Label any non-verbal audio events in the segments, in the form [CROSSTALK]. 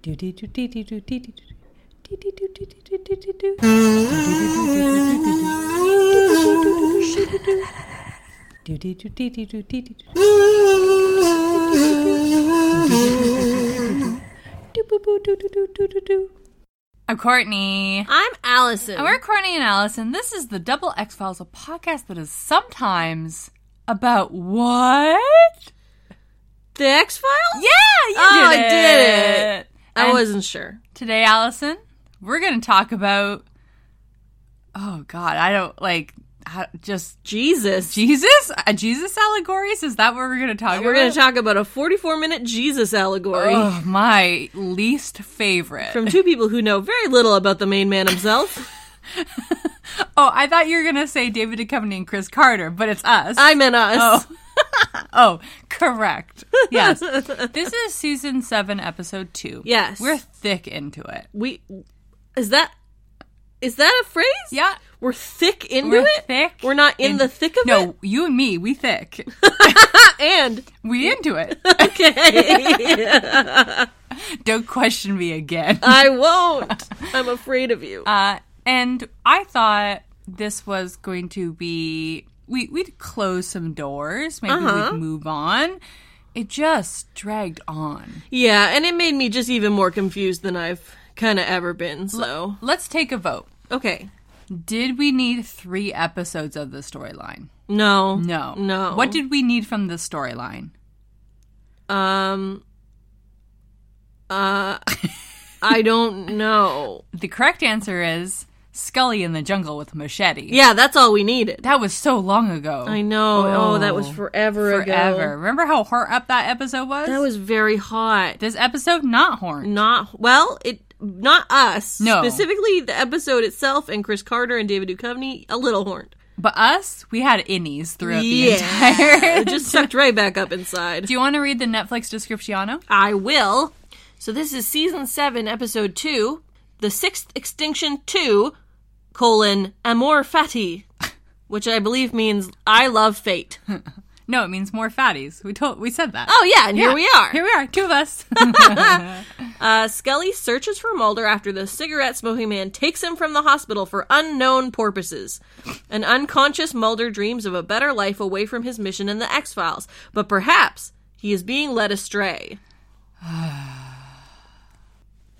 Do do do do do do do do. I'm Courtney. I'm Allison. And we're Courtney and Allison. This is the Double X Files, a podcast that is sometimes about what? the X Files? Yeah, you Oh, did I it. did I And wasn't sure. Today, Allison, we're going to talk about. Oh, God. I don't like. How, just Jesus. Jesus? Uh, Jesus allegories? Is that what we're going to talk about? We're going to talk about a 44 minute Jesus allegory Oh, my least favorite. from two people who know very little about the main man himself. oh, I thought you were going to say David Duchovny and Chris Carter, but it's us. I meant us. [LAUGHS] Oh, correct. [LAUGHS] Yes. this is season seven, episode two. Yes. We're thick into it. We. Is that. Is that a phrase? Yeah. We're thick into We're it? thick. We're not in, the thick of it? No, you and me, we thick. And. We into it. Okay. Don't question me again. I won't. I'm afraid of you. Uh, and I thought this was going to be we we'd close some doors, maybe Uh-huh. we'd move on. It just dragged on. yeah, and it made me just even more confused than I've kind of ever been, so. Let's take a vote. Okay. Did we need three episodes of the storyline? No. No. No. What did we need from the storyline? Um. Uh. I don't know. The correct answer is Scully in the jungle with machete. Yeah, that's all we needed. That was so long ago. I know. Oh, that was forever, ago. Forever. Remember how hard up that episode was? That was very hot. this episode not horn. Not well. It not us. No. Specifically, the episode itself and Chris Carter and David Duchovny a little horned. But us, we had innies throughout Yeah. the entire. [LAUGHS] [LAUGHS] It just sucked right back up inside. Do you want to read the Netflix descriptiano? I will. So this is season seven, episode two, the sixth extinction two, colon amor fati, [LAUGHS] which I believe means I [LAUGHS] love fate. No, it means more fatties. We told we said that. Oh yeah, and Yeah. here we are. Here we are, two of us. Uh, Skelly searches for Mulder after the cigarette smoking man takes him from the hospital for [LAUGHS] unknown purposes. An unconscious Mulder dreams of a better life away from his mission in the X Files, but perhaps he is being led astray.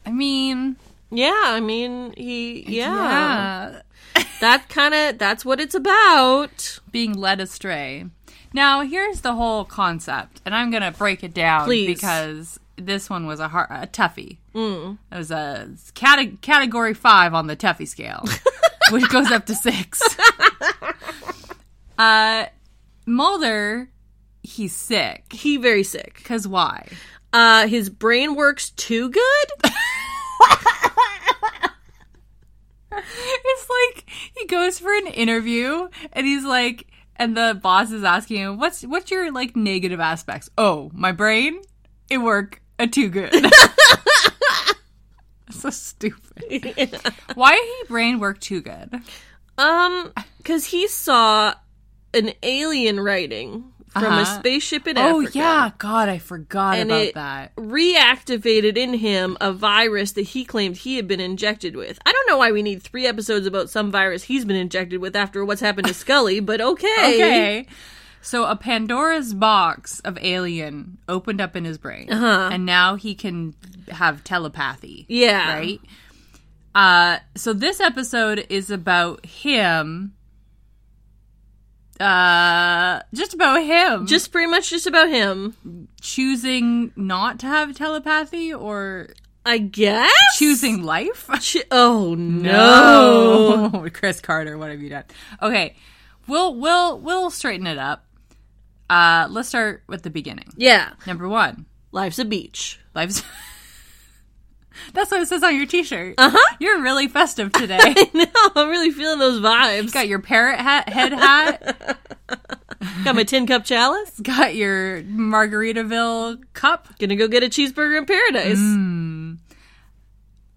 I mean, Yeah, I mean, he yeah. yeah. that kind of that's what it's about being led astray. Now, here's the whole concept, and I'm going to break it down Please. because this one was a, har a toughie. Mm. It was a cate- category five on the toughie scale, which goes up to six. uh, Mulder, he's sick. he very sick Because why? uh his brain works [LAUGHS] too good [LAUGHS] It's like he goes for an interview and he's like, and the boss is asking him, "What's what's your like negative aspects?" Oh, my brain, it work a too good. [LAUGHS] so stupid. Why did he brain work too good? um because he saw an alien writing from a Uh-huh. spaceship in Oh Africa yeah, God, I forgot And about it- that. reactivated in him a virus that he claimed he had been injected with i don't know why we need three episodes about some virus he's been injected with after what's [LAUGHS] happened to scully but okay Okay. So a Pandora's box of alien opened up in his brain, Uh-huh. and now he can have telepathy. yeah right? Uh, so this episode is about him. Uh, just about him. just pretty much just about him choosing not to have telepathy or i guess choosing life. Ch- oh [LAUGHS] no. No, Chris Carter, what have you done? Okay, we'll we'll we'll straighten it up. Uh, let's start with the beginning. Yeah. Number one, Life's a beach. life's. [LAUGHS] That's what it says on your T-shirt. Uh huh. You're really festive today. [LAUGHS] no, I'm really feeling those vibes. Got your parrot hat, head hat. Got my tin cup chalice. got your Margaritaville cup. Gonna go get a cheeseburger in paradise. Mm.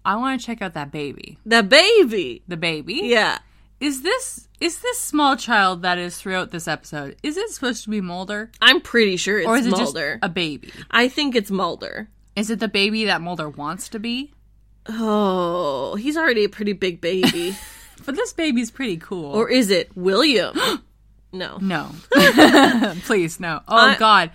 I want to check out that baby. The baby. The baby. Yeah. Is this is this small child that is throughout this episode? Is it supposed to be Mulder I'm pretty sure it's or is it Mulder. just a baby? I think it's Mulder. Is it the baby that Mulder wants to be? Oh, he's already a pretty [LAUGHS] big baby. But this baby's pretty cool. or is [GASPS] it William? no. no. Please, no. Oh, God.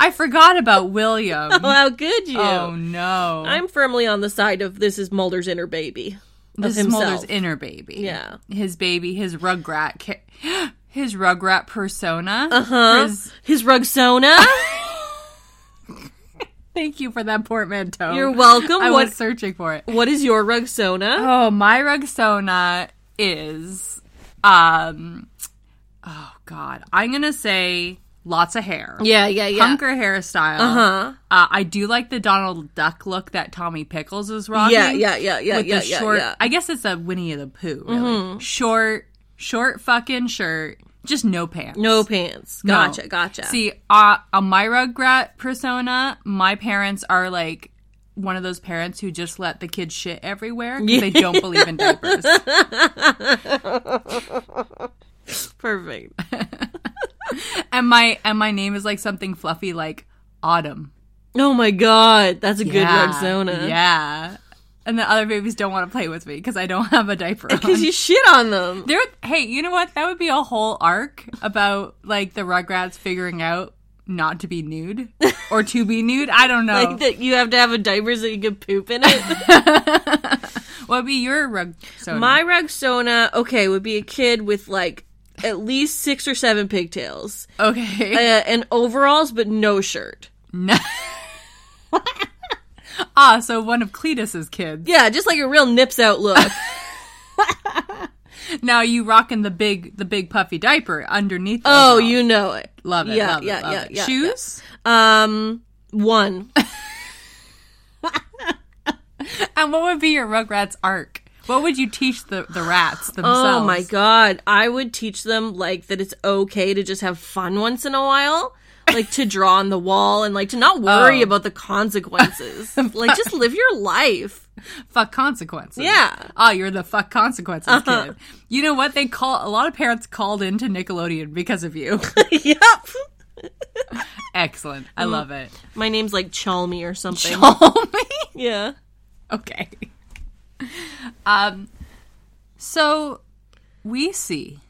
I forgot about William. [LAUGHS] Oh, how could you? Oh, no. I'm firmly on the side of this is Mulder's inner baby. Of this is himself. Mulder's inner baby. Yeah. His baby, his rugrat. Ca- [GASPS] his rugrat persona. Huh? His- [LAUGHS] His Rugsona? thank you for that portmanteau. You're welcome. I What- was searching for it. what is your Rugsona? Oh, my rugsona is um oh god. I'm going to say lots of hair. Yeah, yeah, yeah. Punker hairstyle. Uh-huh. I do like the Donald Duck look that Tommy Pickles is rocking. Yeah, yeah, yeah, yeah, With yeah, the yeah, short, yeah. Mm-hmm. I guess it's a Winnie the Pooh, really. Short, short fucking shirt, just no pants. No pants. No. Gotcha, gotcha. See, uh, on my Rugrat persona, my parents are like one of those parents who just let the kids shit everywhere because they don't believe in [LAUGHS] diapers. perfect. and my and my name is like something fluffy like Autumn. Oh my god, that's a good Yeah, Rugsona. Yeah. And the other babies don't want to play with me because I don't have a diaper. [LAUGHS] on. Because you shit on them. There, hey, you know what? That would be a whole arc about like the Rugrats figuring out not to be [LAUGHS] nude or to be nude. I don't know. Like that you have to have a diaper so you can poop in [LAUGHS] it. what would be your rug? So My Rugsona, okay, would be a kid with like at least six or seven pigtails uh, okay. and overalls, but no shirt. [LAUGHS] No. ah, so one of Cletus's kids. Yeah, just like a real nips out look. [LAUGHS] Now you rocking the big, the big puffy diaper underneath. the oh, overall. you know it. love it. yeah, love it, yeah, love yeah, it. yeah, Shoes. Um, one. And what would be your Rugrats arc? What would you teach the the rats themselves? Oh my god, I would teach them like that it's okay to just have fun once in a while, like to draw on the wall and like to not worry Oh. about [LAUGHS] the consequences. like just live your life. fuck consequences. Yeah. Uh-huh. Oh, you're the fuck consequences kid. You know what? They call a lot of parents called into Nickelodeon because of [LAUGHS] you. yep. Excellent. I Mm. love it. My name's like Chalmy or something. Call [LAUGHS] me. yeah. Okay. Um so we see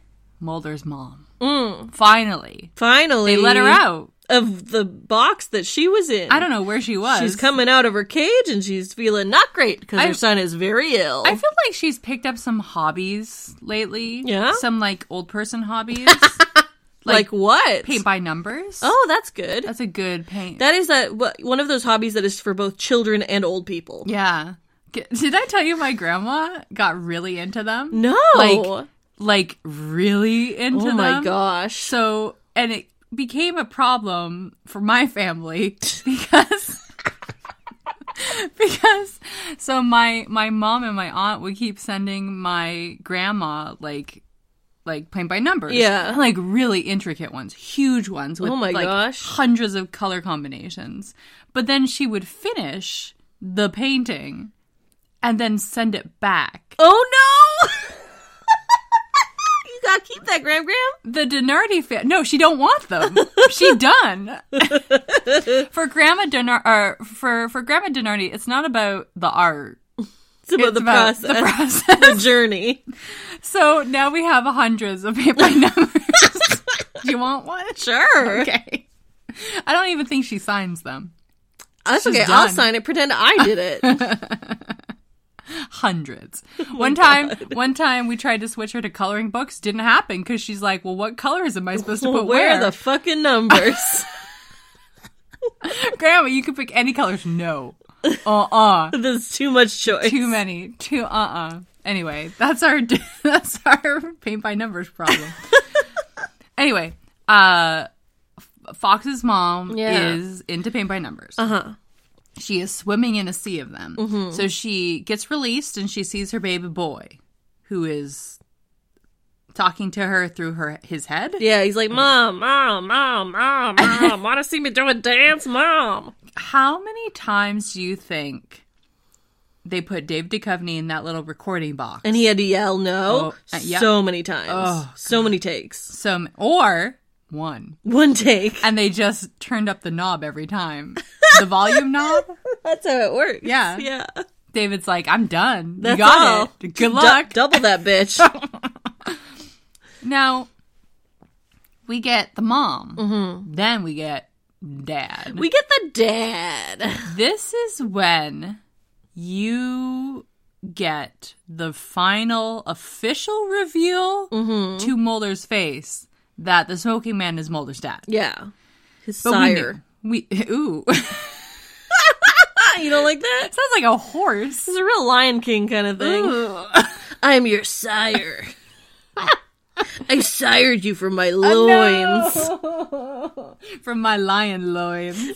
Mulder's mom. Mm. Finally. Finally, They let her out. of the box that she was in. I don't know where she was. She's coming out of her cage and she's feeling not great because her I- son is very ill. I feel like she's picked up some hobbies lately. Yeah? Some like old person [LAUGHS] hobbies. like, what? paint by numbers. Oh, that's good. That's a good paint. That is a wh- one of those hobbies that is for both children and old people. Yeah. G- Did I tell you my grandma got really into them? No, Like, like really into oh them. my gosh, So, and it became a problem for my family [LAUGHS] because [LAUGHS] because so my my mom and my aunt would keep sending my grandma like like paint by numbers. Yeah. Like really intricate ones, huge ones with Oh my like gosh. hundreds of color combinations. But then she would finish the painting and then send it back. oh no! [LAUGHS] you gotta keep that, Gram Gram. The Denardi fan. No, she don't want them. [LAUGHS] she done. for Grandma Denar- or for for Grandma Denardi, it's not about the art. It's about It's the about process, [LAUGHS] the, the process. [LAUGHS] journey. So now we have hundreds of paint by [LAUGHS] numbers. Do you want one? Sure, Okay. I don't even think she signs them. that's She's okay. I'll done. sign it. Pretend I did [LAUGHS] it. [LAUGHS] Hundreds. Oh One time, one time we tried to switch her to coloring books. Didn't happen because she's like, "Well, what colors am I supposed to put [LAUGHS] Where are the fucking numbers? [LAUGHS] Grandma, you could pick any colors. [LAUGHS] No. Uh uh There's too much choice. too many too uh-uh anyway that's our [LAUGHS] that's our paint by numbers [LAUGHS] problem anyway uh F- fox's mom Yeah. is into paint by numbers uh-huh she is swimming in a sea of them Mm-hmm. so she gets released and she sees her baby boy who is talking to her through her his head yeah, he's like, mom, mom, mom, mom, mom. Want to see me do a dance, mom? how many times do you think they put dave Duchovny in that little recording box And he had to yell no Oh, uh, yeah. so many times, Oh, so many takes. some or one. One take. And they just turned up the knob every time. The [LAUGHS] volume knob? [LAUGHS] That's how it works. Yeah. Yeah. David's like, I'm done. That's you got all. it. Good Du- luck. double [LAUGHS] that bitch. now, we get the mom. Mm-hmm. Then we get dad. we get the dad. this is when you get the final official reveal Mm-hmm. to Mulder's face that the smoking man is Mulder's dad. Yeah. His But we sire. knew. We, ooh. [LAUGHS] Sounds Ah, you don't like that? like a horse. It's a real Lion King kind of thing. I'm your sire. [LAUGHS] I sired you from my loins. No. From my lion loins.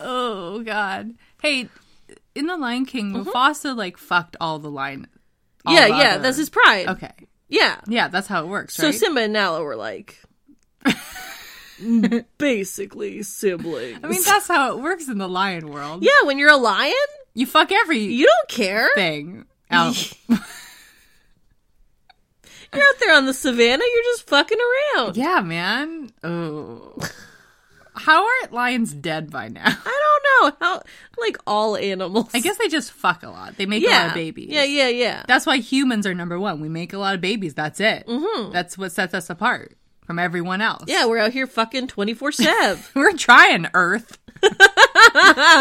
Oh god. Hey, in the Lion King, Mm-hmm. Mufasa like fucked all the lion. all yeah, the yeah, other- that's his pride. Okay. Yeah. Yeah, that's how it works, So right? Simba and Nala were [LAUGHS] like basically siblings. I mean, that's how it works in the lion world. yeah, when you're a lion, You fuck everything you don't care. out. You're out there on the savannah, you're just fucking around. yeah, man. Oh. How aren't lions dead by now? I don't know how like all animals. I guess they just fuck a lot. They make a lot yeah. of babies. Yeah, yeah, yeah. That's why humans are number one. We make a lot of babies. That's it. Mm-hmm. That's what sets us apart from everyone else. yeah, we're out here fucking 24 7. [LAUGHS] We're trying, Earth. [LAUGHS]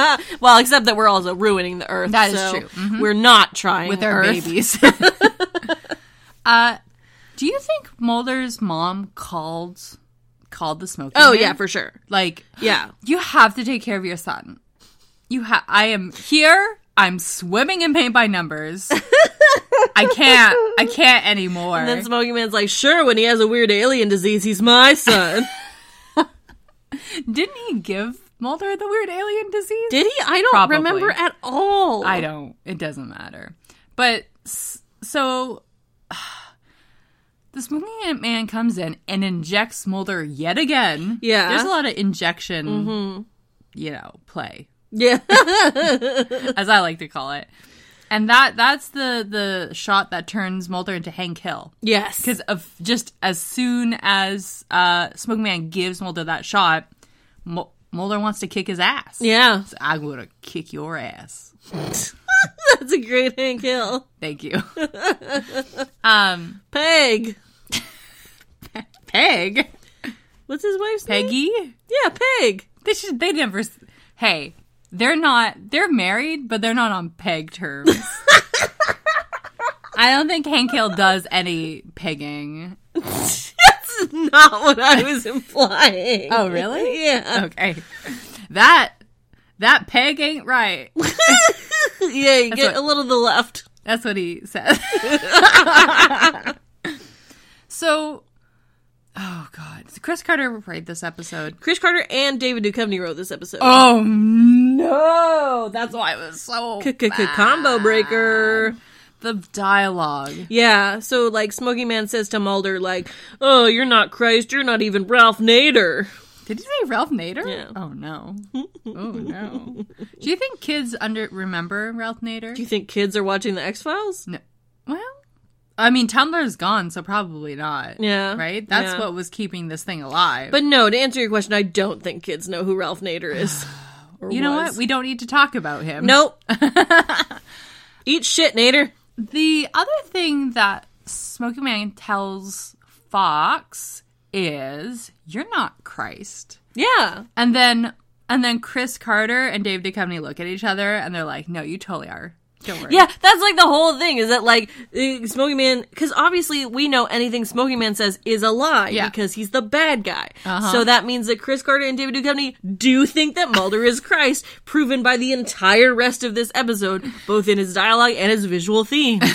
Well, except that we're also ruining the earth. That is so true. Mm-hmm. We're not trying with our earth. babies. [LAUGHS] [LAUGHS] uh, do you think Mulder's mom called called the smoking? Oh man? yeah, for sure. like Yeah, you have to take care of your son. You have. I am here. I'm swimming in paint by [LAUGHS] numbers. I can't. I can't anymore. and then Smoking Man's like, sure, when he has a weird alien disease, he's [LAUGHS] my son. Didn't he give Mulder the weird alien disease? Did he? I don't Probably. remember at all. I don't. It doesn't matter. But s- so [SIGHS] the smoking man comes in and injects Mulder yet again. Yeah. Mm-hmm. there's a lot of injection, you know, play Yeah, [LAUGHS] as I like to call it, and that that's the the shot that turns Mulder into Hank Hill. yes. Because of just as soon as uh, Smoking Man gives Mulder that shot, Mul- Mulder wants to kick his ass. [LAUGHS] yeah, [LAUGHS] So I'm gonna kick your ass. that's a great Hank Hill. Thank [LAUGHS] you. um, Peg, Peg, what's his wife's name? Peggy. Yeah, Peg. [LAUGHS] They should. They never. s- Hey, they're not. They're married, but they're not on peg [LAUGHS] terms. I don't think Hank Hill does any pegging. that's not what I was implying. Oh, really? [LAUGHS] Yeah, Okay, that that peg ain't right. [LAUGHS] yeah. You get what- a little to the left. That's what he [LAUGHS] says. so, oh god, Chris Carter wrote this episode. Chris Carter and David Duchovny wrote this episode. [LAUGHS] Oh no! That's why it was so Combo breaker. the dialogue. Yeah, so like Smoking Man says to Mulder, like, "Oh, you're not Christ. You're not even Ralph Nader." Did you say Ralph Nader? Yeah. Oh [LAUGHS] no! Oh no! Do you think kids under remember Ralph Nader? Do you think kids are watching the X Files? no. Well, I mean Tumblr's gone, so probably not. Yeah, Right. That's yeah. what was keeping this thing alive. But no, to answer your question, I don't think kids know who Ralph Nader [SIGHS] is. Or you know was. what? We don't need to talk about him. [LAUGHS] nope. Eat shit, Nader. The other thing that Smoking Man tells Fox is, "You're not Christ." Yeah, And then and then Chris Carter and Dave Duchovny look at each other and they're like, "No, you totally are. Don't worry." yeah. That's like the whole thing is that like uh, Smoking Man, because obviously we know anything Smoking Man says is a lie Yeah. because he's the bad guy. So that means that Chris Carter and David Duchovny do think that Mulder is Christ, proven by the entire rest of this episode, both in his dialogue and his visual themes.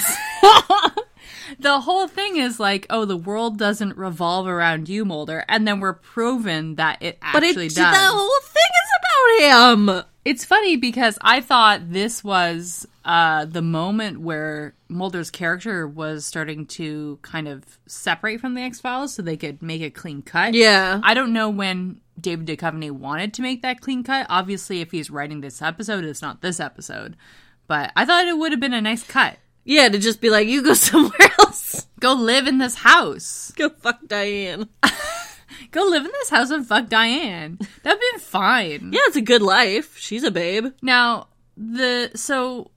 The whole thing is like, "Oh, the world doesn't revolve around you, Mulder." And then we're proven that it [LAUGHS] but actually it, does. the whole thing is about him. It's funny because I thought this was uh, the moment where Mulder's character was starting to kind of separate from the X Files so they could make a clean cut. Yeah. I don't know when David Duchovny wanted to make that clean cut. Obviously, if he's writing this episode, it's not this episode. But I thought it would have been a nice cut. Yeah, to just be like, [LAUGHS] you go somewhere else. Go live in this house. Go fuck Diane. Go live in this house and fuck Diane. That'd been fine. Yeah, it's a good life. She's a babe. Now the so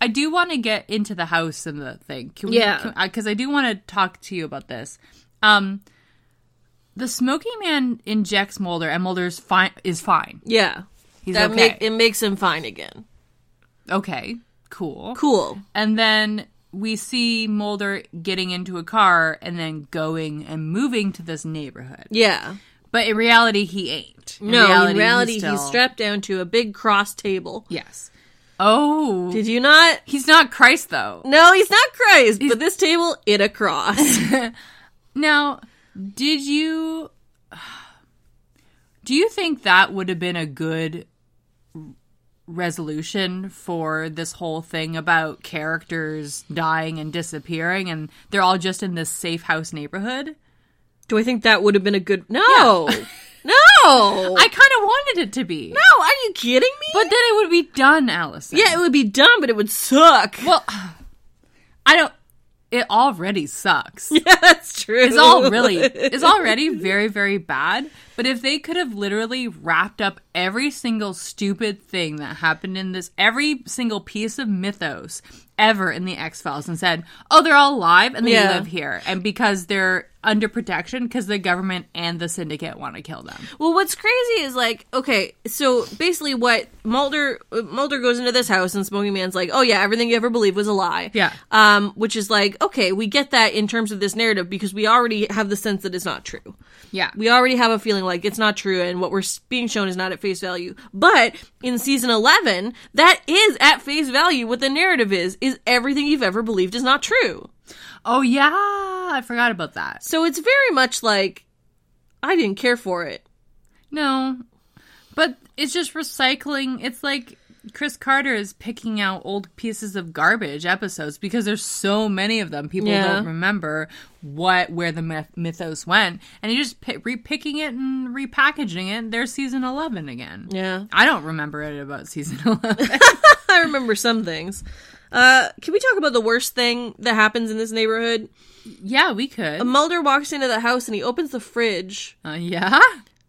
I do want to get into the house and the thing. Can Yeah. because I do want to talk to you about this. Um, the Smoky Man injects Mulder, and Mulder's fine is fine. Yeah. He's that okay. make, it makes him fine again. okay, cool. Cool. And then we see Mulder getting into a car and then going and moving to this neighborhood. Yeah. But in reality, he ain't. In No, reality, in reality, he's, still- strapped down to a big cross table. Yes. Oh, Did you not? he's not Christ though. No, he's not Christ, but this table, it a [LAUGHS] cross. Now, did you [SIGHS] do you think that would have been a good resolution for this whole thing about characters dying and disappearing and they're all just in this safe house neighborhood? Do I think that would have been a good? [LAUGHS] No, no. I kind of wanted it to be. no, are you kidding me? But then it would be done, Allison. yeah, it would be dumb, but it would suck. Well, I don't it already sucks. [LAUGHS] Yeah, that's true. It's all really [LAUGHS] it's already very very bad. But if they could have literally wrapped up every single stupid thing that happened in this, every single piece of mythos ever in the X Files, and said, "Oh, they're all alive and they Yeah. live here," and because they're under protection because the government and the syndicate want to kill them. Well, what's crazy is like, okay, so basically, what Mulder uh, Mulder goes into this house and Smoking Man's like, oh yeah, everything you ever believed was a lie. Yeah. Um, which is like, okay, we get that in terms of this narrative because we already have the sense that it's not true. Yeah, We already have a feeling like it's not true, and what we're s- being shown is not at face value. But in season eleven, that is at face value. What the narrative is is everything you've ever believed is not true. oh yeah, I forgot about that. So it's very much like, I didn't care for it. No, but it's just recycling. It's like Chris Carter is picking out old pieces of garbage episodes because there's so many of them. People Yeah. don't remember what where the myth- mythos went, and you're just pi repicking it and repackaging it. There's season eleven again. Yeah. I don't remember it about season [LAUGHS] eleven. [LAUGHS] I remember some things. Uh, can we talk about the worst thing that happens in this neighborhood? yeah, we could. Mulder walks into the house and he opens the fridge, Uh, yeah.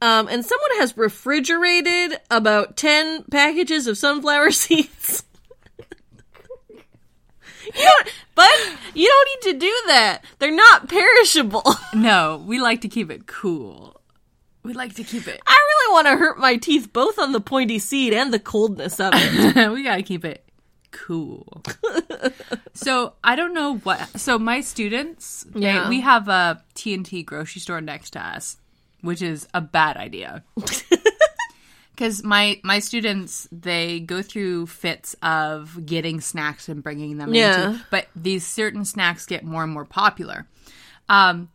um, and someone has refrigerated about 10 packages of sunflower [LAUGHS] seeds. you don't, but you don't need to do that. They're not perishable. [LAUGHS] No, we like to keep it cool. We like to keep it. I really want to hurt my teeth both on the pointy seed and the coldness of [LAUGHS] [LAUGHS] it. we gotta keep it [LAUGHS] cool. so I don't know what. So my students, they- Yeah. we have a TNT grocery store next to us, which is a bad [LAUGHS] idea. Because my my students they go through fits of getting snacks and bringing them Yeah. into, but these certain snacks get more and more popular. Um,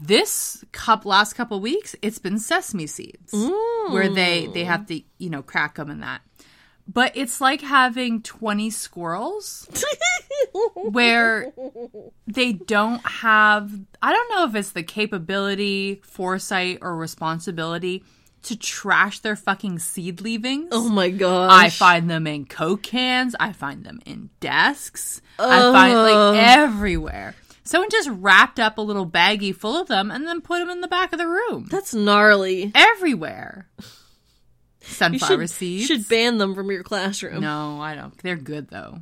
this cup last couple weeks, it's been sesame seeds where they they have to you know crack them and that. But it's like having 20 squirrels Oh [LAUGHS] where they don't have, I don't know if it's the capability, foresight, or responsibility to trash their fucking seed leavings. oh my god. I find them in Coke cans. I find them in desks. I find like everywhere. Someone just wrapped up a little baggie full of them and then put them in the back of the room. That's gnarly. Everywhere. [LAUGHS] You Sunflower should, seeds. should ban them from your classroom. No, I don't. They're good though.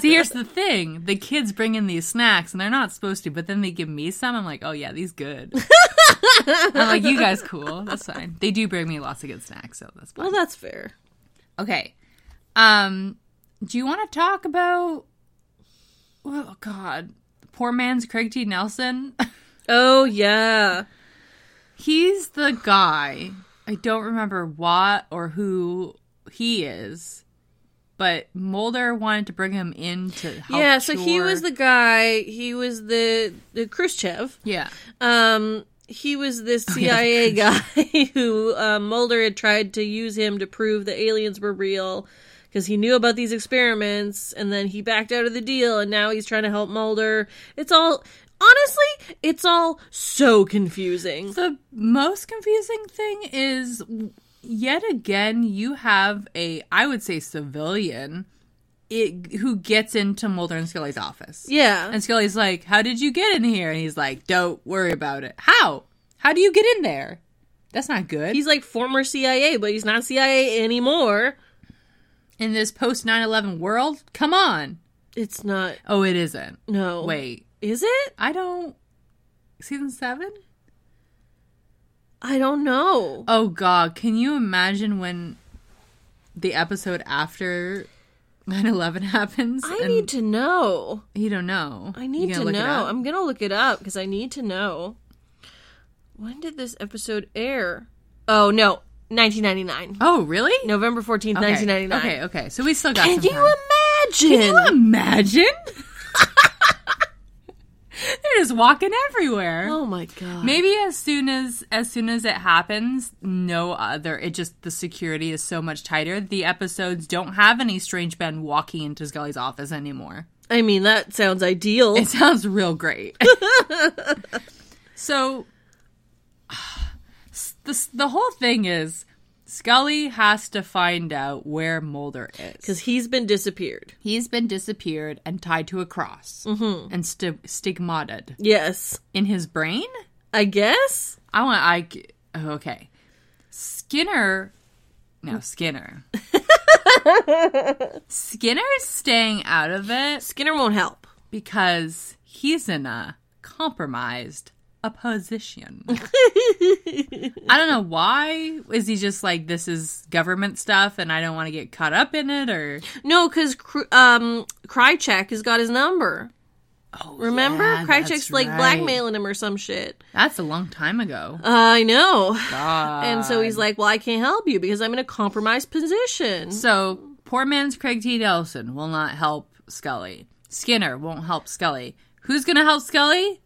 See, here's the thing: the kids bring in these snacks, and they're not supposed to. But then they give me some. I'm like, oh yeah, these good. I'm like, you guys cool. That's fine. They do bring me lots of good snacks, so that's fine. Well, that's fair. Okay. Um, do you want to talk about? Oh God, poor man's Craig T. Nelson. [LAUGHS] Oh yeah. He's the guy. I don't remember what or who he is, but Mulder wanted to bring him in to help. yeah, so he cure- was the guy, he was the the Khrushchev. yeah. Um he was this CIA guy [LAUGHS] who uh, Mulder had tried to use him to prove the aliens were real because he knew about these experiments and then he backed out of the deal and now he's trying to help Mulder. It's all honestly, it's all so confusing. The most confusing thing is yet again you have a I would say civilian it, who gets into Mulder and Scully's office. Yeah. And Scully's like, "How did you get in here?" And he's like, "Don't worry about it." How? How do you get in there? That's not good. He's like former CIA, but he's not CIA anymore. in this post 9/11 world. Come on. It's not. Oh, it isn't. No. Wait. Is it? I don't Season 7? I don't know. Oh god, can you imagine when the episode after 9/11 [LAUGHS] happens? I need to know. you don't know. I You need gonna to look it know. up? I'm going to look it up because I need to know. When did this episode air? Oh, no. 1999. Oh, really? November 14th, Okay. 1999. Okay, okay. So we still got Can some you time. imagine? Can you imagine? [LAUGHS] They're just walking everywhere. oh my god. Maybe as soon as as soon as it happens, no other. It just the security is so much tighter. The episodes don't have any strange Ben walking into Scully's office anymore. I mean, that sounds ideal. It [LAUGHS] sounds real great. so the the whole thing is Scully has to find out where Mulder is. Because he's been disappeared. He's been disappeared and tied to a cross and sti- stigmatted Yes. in his brain. I guess? I want I g- oh, okay. Skinner, no Skinner. Skinner's staying out of it Skinner won't help. because he's in a compromised a position. I don't know why. Is he just like this is government stuff and I don't want to get caught up in it or No, because um, Krychek has got his number. oh, Remember? yeah, Krychek's that's like right. blackmailing him or some shit. That's a long time ago. I know. God. and so he's like, well, I can't help you because I'm in a compromised position. So poor man's Craig T. Nelson will not help Scully. Skinner won't help Scully. Who's gonna help Scully?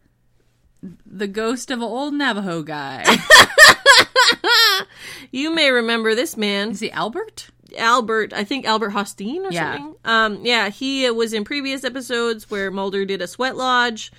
The ghost of an old Navajo [LAUGHS] guy. You may remember this man, Is he Albert? Albert, I think Albert Hosteen or Yeah. something. Um, yeah, he uh, was in previous episodes where Mulder did a sweat lodge,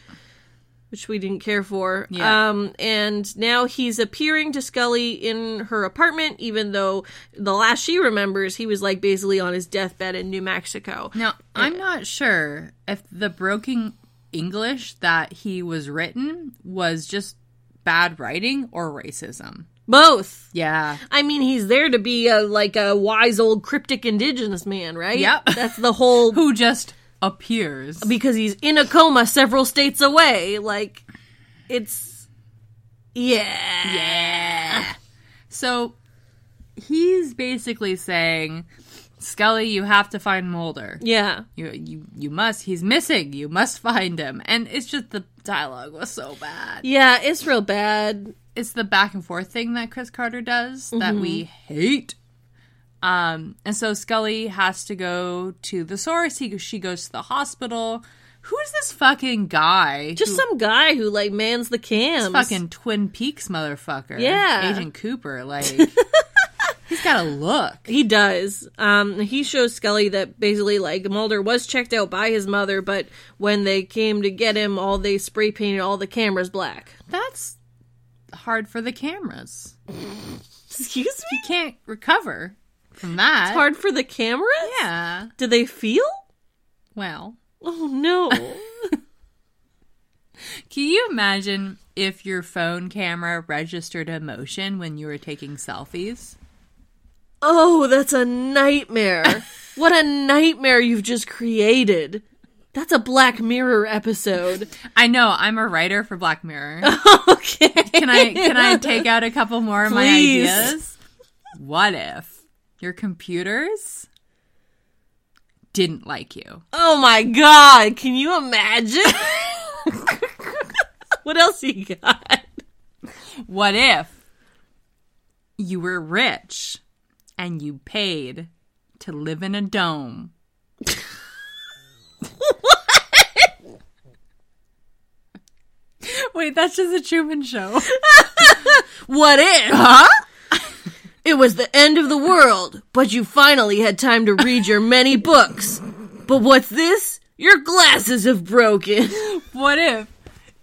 which we didn't care for. Yeah. Um, and now he's appearing to Scully in her apartment, even though the last she remembers, he was like basically on his deathbed in New Mexico. Now I'm not sure if the broken English that he was written was just bad writing or racism. Both. Yeah. I mean, he's there to be a, like a wise old cryptic indigenous man, right? Yep. [LAUGHS] That's the [LAUGHS] whole Who just appears. because he's in a coma several states away. Like, it's yeah, Yeah. So he's basically saying, Scully, you have to find Mulder. yeah. You you you must. He's missing. You must find him. And it's just the dialogue was so bad. Yeah, it's real bad. It's the back and forth thing that Chris Carter does that we Mm-hmm. hate. Um, and so Scully has to go to the source. He, she goes to the hospital. Who's this fucking guy? Just some guy who like mans the cams. fucking Twin Peaks motherfucker. Yeah. Agent Cooper. [LAUGHS] Like, he's got a look. he does. Um, he shows Scully that basically like Mulder was checked out by his mother, but when they came to get him, all they spray painted all the cameras black. That's hard for the cameras. [LAUGHS] Excuse me. He can't recover from that. Hard for the cameras. Yeah. Do they feel? Well, Oh no. [LAUGHS] can you imagine if your phone camera registered emotion when you were taking selfies? Oh, that's a [LAUGHS] nightmare. what a nightmare you've just created. That's a Black Mirror episode. I know I'm a writer for Black Mirror. [LAUGHS] okay. Can I can I take out a couple more of my Please. ideas? What if your computers didn't like you? Oh my god, can you imagine? [LAUGHS] what [LAUGHS] else you got? What if you were rich and you paid to live in a dome? [LAUGHS] Wait, that's just a Truman Show. What if? Huh? it was the end of the world, but you finally had time to read your many books. But what's this? Your glasses have broken. [LAUGHS] What if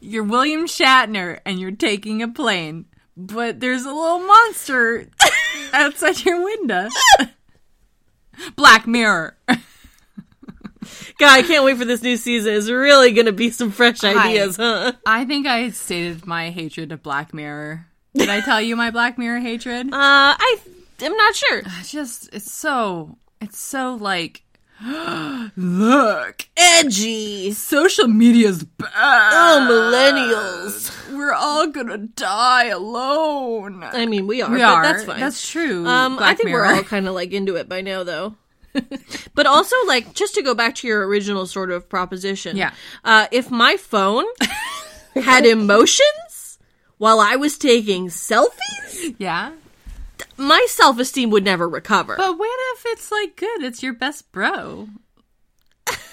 you're William Shatner and you're taking a plane, but there's a little monster [LAUGHS] outside your window? Black Mirror. God, I can't wait for this new season. It's really going to be some fresh Hi. ideas, huh? I think I had stated my hatred of Black Mirror. Did I tell you my Black Mirror hatred? [LAUGHS] Uh, I am not sure. It's just it's so it's so like [GASPS] look, Edgy. social media's bad. Oh, millennials. We're all gonna die alone. I mean, we are, we but are. that's fine. That's true. um, I Black think Mirror. we're all kind of like into it by now, though. [LAUGHS] but also, like, just to go back to your original sort of proposition. Yeah. Uh, if my phone had emotions while I was taking selfies, [LAUGHS] yeah. my self esteem would never recover. But what if it's like good? It's your best [LAUGHS] bro.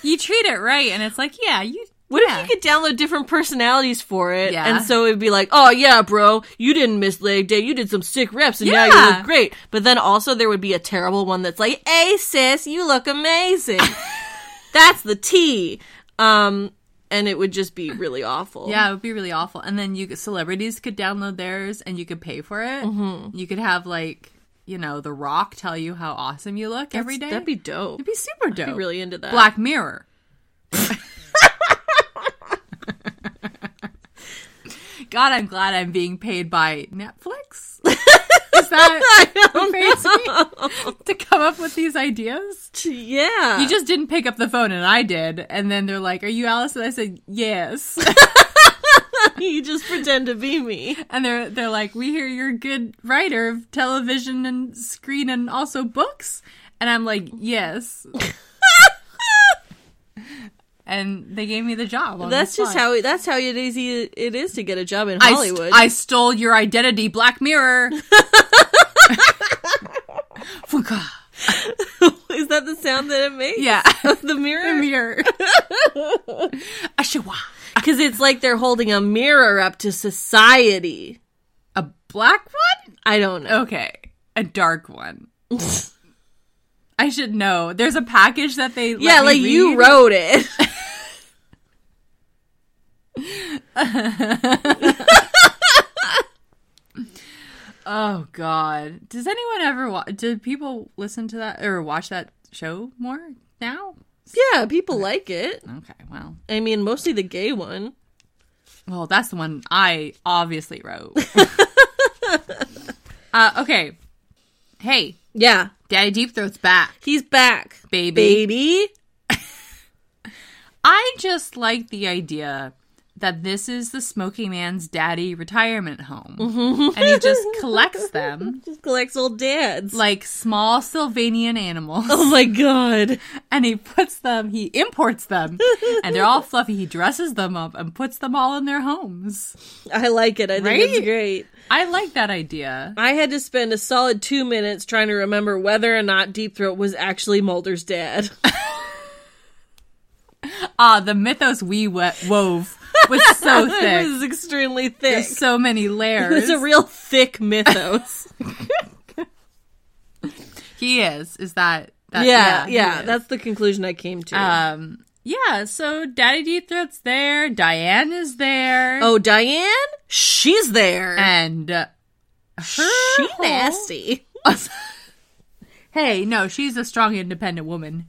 You treat it right, and it's like, yeah, you. What yeah. if you could download different personalities for it? Yeah. And so it'd be like, oh, yeah, bro, you didn't miss leg day. You did some sick reps and now you Yeah. look great. But then also there would be a terrible one that's like, hey, sis, you look amazing. [LAUGHS] that's the T. Um, and it would just be really awful. Yeah, it would be really awful. And then you could- celebrities could download theirs, and you could pay for it. You could have like you know The Rock tell you how awesome you look every day. That'd be dope. It'd be super dope. I'd be really into [LAUGHS] that. Black [LAUGHS] Mirror. God, I'm glad I'm being paid by Netflix. [LAUGHS] Is that who pays me [LAUGHS] to come up with these ideas? Yeah. You just didn't pick up the phone, and I did. And then they're like, "Are you Alice?" And I said, "Yes." [LAUGHS] you just pretend to be [LAUGHS] me. and they're they're like, "We hear you're a good writer of television and screen and also books." And I'm like, [LAUGHS] "Yes." and they gave me the job. on That's the just spot. how that's how it is it is to get a job in I st- Hollywood. I stole your identity, Black Mirror. Funka. [LAUGHS] is that the sound that it makes? yeah, [LAUGHS] [LAUGHS] The mirror? the mirror. Ashwa. Because it's like they're holding a mirror up to society. A black one? I don't know. Okay, a dark [LAUGHS] one. I should know. There's a package that they Oh, let yeah, me like you read. wrote [LAUGHS] it. [LAUGHS] Oh God! Does anyone ever wa- did people listen to that or watch that show more now? yeah, people like it. Okay, well, I mean, mostly the gay one. well, that's the one I obviously wrote. uh, okay, hey, Yeah, Daddy Deep Throat's back. he's back, Baby. baby. I just like the idea that this is the Smoky Man's daddy retirement home, and he just collects them Just collects old dads. like small Sylvanian animals. oh my god. and he puts them he imports [LAUGHS] them and they're all fluffy he dresses them up and puts them all in their homes I like it. I think it's Right? great. i like that idea I had to spend a solid two minutes trying to remember whether or not Deep Throat was actually Mulder's dad. [LAUGHS] ah the mythos we we- wove was [LAUGHS] so it thick was extremely thick. [LAUGHS] There's so many It's layers a real thick mythos. he is is that, [LAUGHS] that yeah, yeah, he is. that's the conclusion I came to. um yeah so daddy deep throat's there diane is there Oh, Diane? She's there. Oh. and uh, her she whole- nasty. [LAUGHS] hey no she's a strong independent woman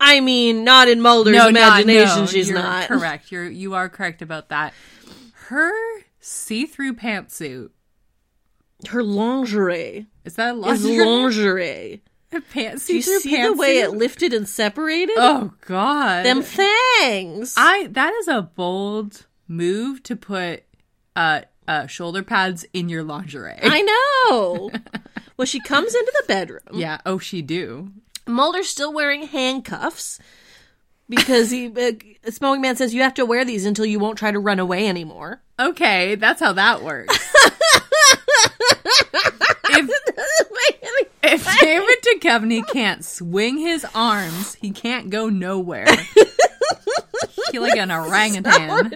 I mean, not in Mulder's not- imagination, no, she's you're not. [LAUGHS] correct. You're you are correct about that. Her see-through pantsuit Her lingerie is that a is lingerie? lingerie. pant Do you see-through see [LAUGHS] the pantsuit? way it lifted and separated? oh god, Them things. I that is a bold move to put uh, uh shoulder pads in your lingerie. I [LAUGHS] know. well, she comes into the bedroom. yeah, oh she do. Mulder's still wearing handcuffs because he, uh, Smoking Man says, you have to wear these until you won't try to run away anymore. [LAUGHS] Okay, that's how that works. if if David Duchovny can't swing his arms, he can't go [LAUGHS] nowhere. he like an orangutan.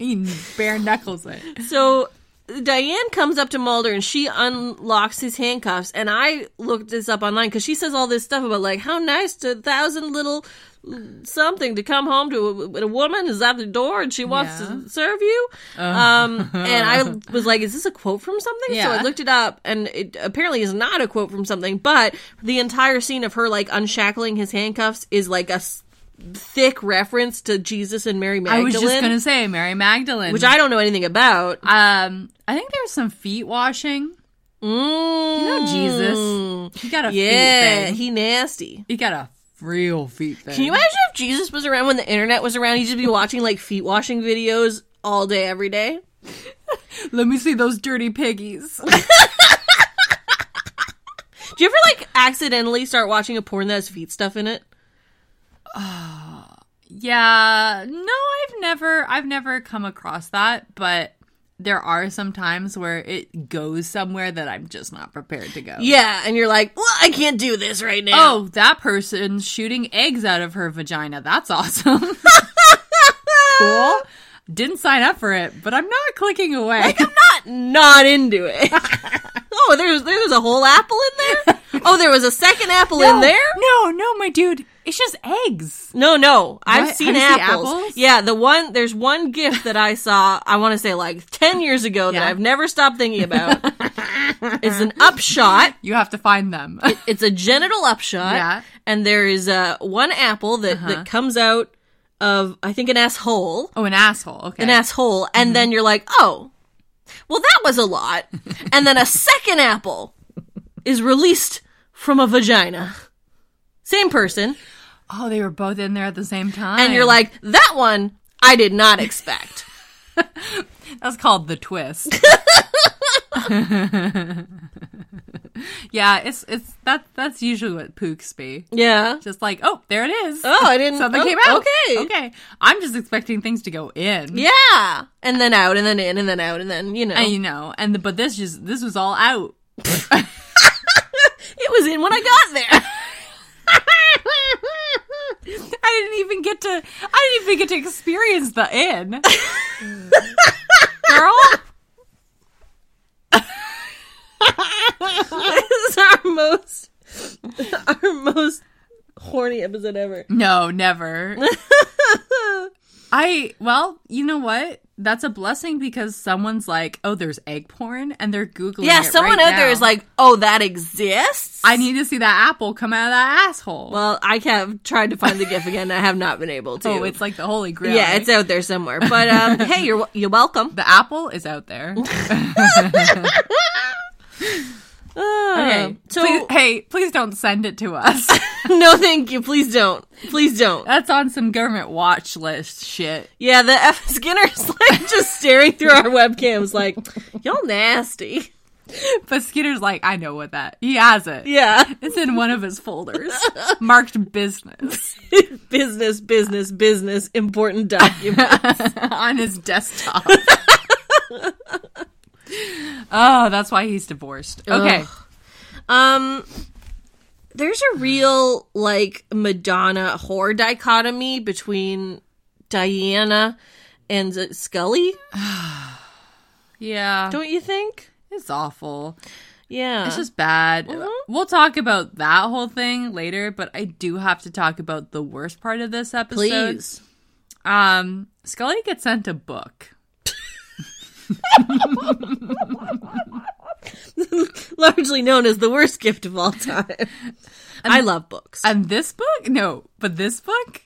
He bare knuckles it. So Diane comes up to Mulder and she unlocks his handcuffs. And I looked this up online because she says all this stuff about like how nice to a thousand little something to come home to a, a woman is at the door and she wants Yeah. Uh. to serve you. Um, [LAUGHS] and I was like, is this a quote from something? So I Yeah. looked it up and it apparently is not a quote from something, but the entire scene of her like unshackling his handcuffs is like a s- thick reference to Jesus and Mary I Magdalene. was just gonna say Mary Magdalene, which I don't know anything about. um, I think there was some feet washing. Mm. You know Jesus, he got a feet Yeah, thing. He, he nasty. got a real feet thing. Can you imagine if Jesus was around when the internet was around? He'd just be watching like feet washing videos all day, every day. Let me see those dirty piggies. Do you ever like accidentally start watching a porn that has feet stuff in it? yeah, no, I've never, I've never come across that, but there are some times where it goes somewhere that I'm just not prepared to go. Yeah, and you're like, well, I can't do this right now. Oh, that person's shooting eggs out of her vagina. That's [LAUGHS] awesome. cool. Didn't sign up for it, but I'm not clicking away. [LAUGHS] not not into it. [LAUGHS] oh, there's there was a whole apple in [LAUGHS] there. Oh, there was a second apple in there. No, no, my dude. It's just eggs. No, no, I've What? seen Have you seen apples. apples? Yeah, the one there's one gift that I saw. I want to say like ten years ago that Yeah. I've never stopped thinking [LAUGHS] about. it's an upshot. You have to find them. It's a genital upshot. Yeah. and there is uh, one apple that that comes out of I think an asshole. [LAUGHS] oh, an asshole. Okay. Mm-hmm. an asshole, and then you're like, oh, well, that was [LAUGHS] a lot. and then a second apple is released from a vagina. Same person. oh, they were both in there at the same time. And you're like, that one I did not expect. that's called the twist. yeah, it's it's that that's usually what pooks be. [LAUGHS] yeah. Just like, oh, there it is. Oh, I didn't. Something oh, came out. Okay. Okay. I'm just expecting things to go in. Yeah. And then out, and then in, and then out, and then, you know. And, you know, and the, but this just this was all [LAUGHS] out. it was in when I got there. [LAUGHS] I didn't even get to I didn't even get to experience the in. [LAUGHS] Girl, this is our most, [LAUGHS] our most horny episode ever. no, never. [LAUGHS] I well, you know what? That's a blessing because someone's like, "Oh, there's egg porn," and they're googling. Yeah, it someone right out there now. is like, oh, that exists? "I need to see that apple come out of that asshole." Well, I have tried to find the GIF again. I have not been able to. oh, it's like the holy grail. yeah, right? it's out there somewhere. But [LAUGHS] um, hey, you're wel- you're welcome. the apple is out [LAUGHS] there. okay, Ah, so Please- hey, please don't send it to [LAUGHS] us. no, thank you. Please don't. Please don't. That's on some government watch list shit. Yeah, the F Skinner's [LAUGHS] like just staring through our webcams, like y'all nasty. But Skinner's like, I know what that. He has it. Yeah, [LAUGHS] It's in one of his folders marked business business, business, business. Important [LAUGHS] document. [LAUGHS] on his desktop. [LAUGHS] oh, that's why he's divorced. Okay. Um, there's a real like Madonna whore dichotomy between Diana and uh, Scully, Yeah. don't you think? It's awful. Yeah, It's just bad. Mm-hmm. We'll talk about that whole thing later, but I do have to talk about the worst part of this episode. please. Um, Scully gets sent a book. Largely known as the worst gift of all [LAUGHS] time. I love books. And this book? No, but this book?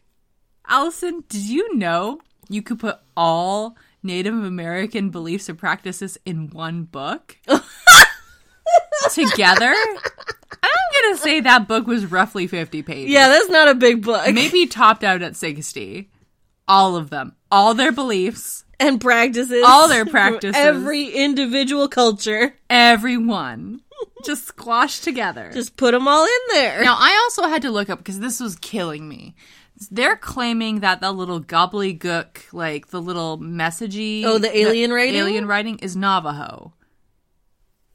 Allison, did you know you could put all Native American beliefs and practices in one [LAUGHS] book? Together? I'm going to say that book was roughly 50 pages. yeah, that's not a big book. Maybe topped out at 60. All of them. All their beliefs. and practices All their from practices. every individual culture. Everyone. Just squashed together. Just put them all in there. Now, I also had to look up because this was killing me. They're claiming that the little gobbledygook, like the little messagey, Oh, the alien writing? alien writing is Navajo.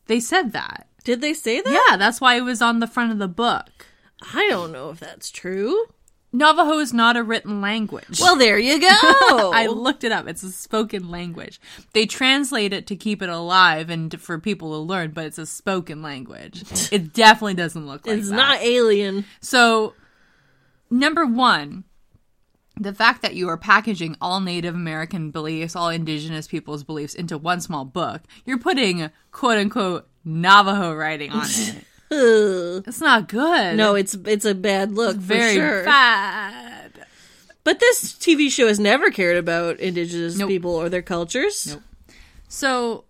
They said that. Did they say that? Yeah, that's why it was on the front of the book. [LAUGHS] I don't know if that's true. Navajo is not a written language. [LAUGHS] Well, there [LAUGHS] you go. I looked it up. It's a spoken language. They translate it to keep it alive and to- for people to learn, but it's a spoken [LAUGHS] language. It definitely doesn't look like it's that. not alien. So, number one, the fact that you are packaging all Native American beliefs, all Indigenous people's beliefs into one small book, you're putting quote unquote Navajo writing on [LAUGHS] it. Ugh. It's not good. No, it's it's a bad look very for sure. bad. But this TV show has never cared about indigenous Nope. people or their cultures. Nope. So,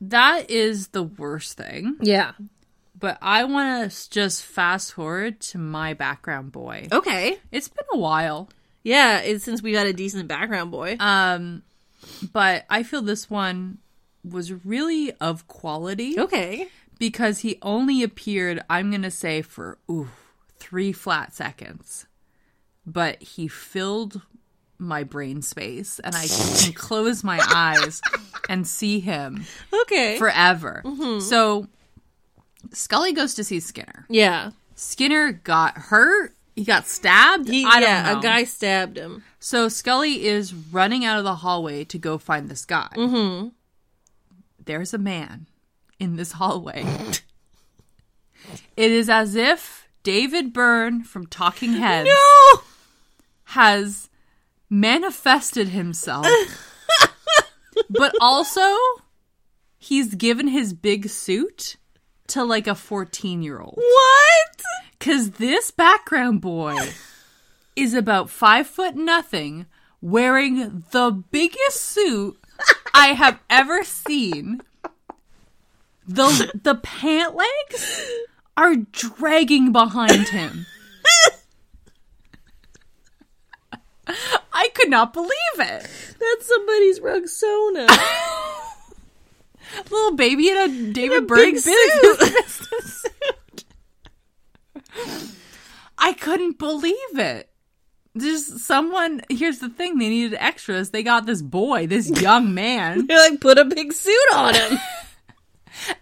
that is the worst thing. Yeah. But I want to just fast forward to my background boy. Okay. It's been a while. Yeah, it's since we've had a decent background boy. Um, but I feel this one was really of Oh. quality okay. because he only appeared, I'm gonna say, for ooh, three flat seconds. But he filled my brain space, and [LAUGHS] I can close my eyes and see him Okay. forever. Mm-hmm. So Scully goes to see Skinner. yeah. Skinner got hurt. He got stabbed. He- I don't yeah, know. a guy stabbed him. So Scully is running out of the hallway to go find this guy. Mm-hmm. There's a man in this hallway. it is as if David Byrne from Talking Heads No! has manifested himself, but also he's given his big suit to like a 14 year old. What? Cause this background boy is about five foot nothing, wearing the biggest suit I have ever seen. The the pant legs are dragging behind him. I could not believe it. That's somebody's Rugsona. Little baby in a David a Byrne big business suit. business suit. I couldn't believe it. There's someone. Here's the thing: they needed extras. They got this boy, [LAUGHS] this young man, [LAUGHS] They're like, put a big suit on him.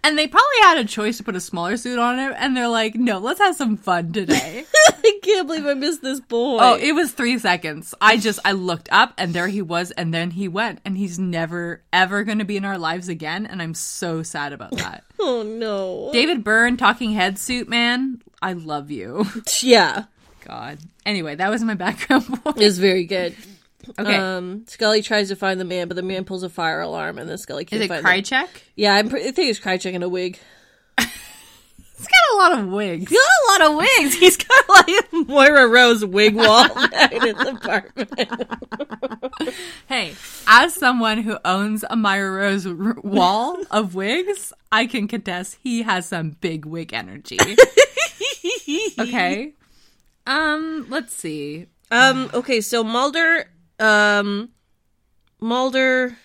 and they probably had a choice to put a smaller suit on him. And they're like, "No, let's have some fun [LAUGHS] today." [LAUGHS] I can't believe I missed this boy. oh, it was three seconds. I just I looked up, and there he was, and then he went, and he's never ever going to be in our lives again. And I'm so sad [LAUGHS] about that. oh no. David Byrne, talking head suit man. I love you. [LAUGHS] yeah. God. Anyway, that was my background [LAUGHS] voice. It's very good. Okay. Um, Scully tries to find the man, but the man pulls a fire alarm, and then Scully Is can't it find him. Krychek? Yeah, I'm pre- I think it's Krychek in a wig. [LAUGHS] It's got a lot of wigs. He's got a lot of wigs. [LAUGHS] He's got like a Moira Rose wig wall [LAUGHS] down in his apartment. Hey, as someone who owns a Myra Rose r- [LAUGHS] wall of wigs, I can contest he has some big wig [LAUGHS] energy. Okay. Um, let's see. Um. Okay. So Mulder. Um. Mulder.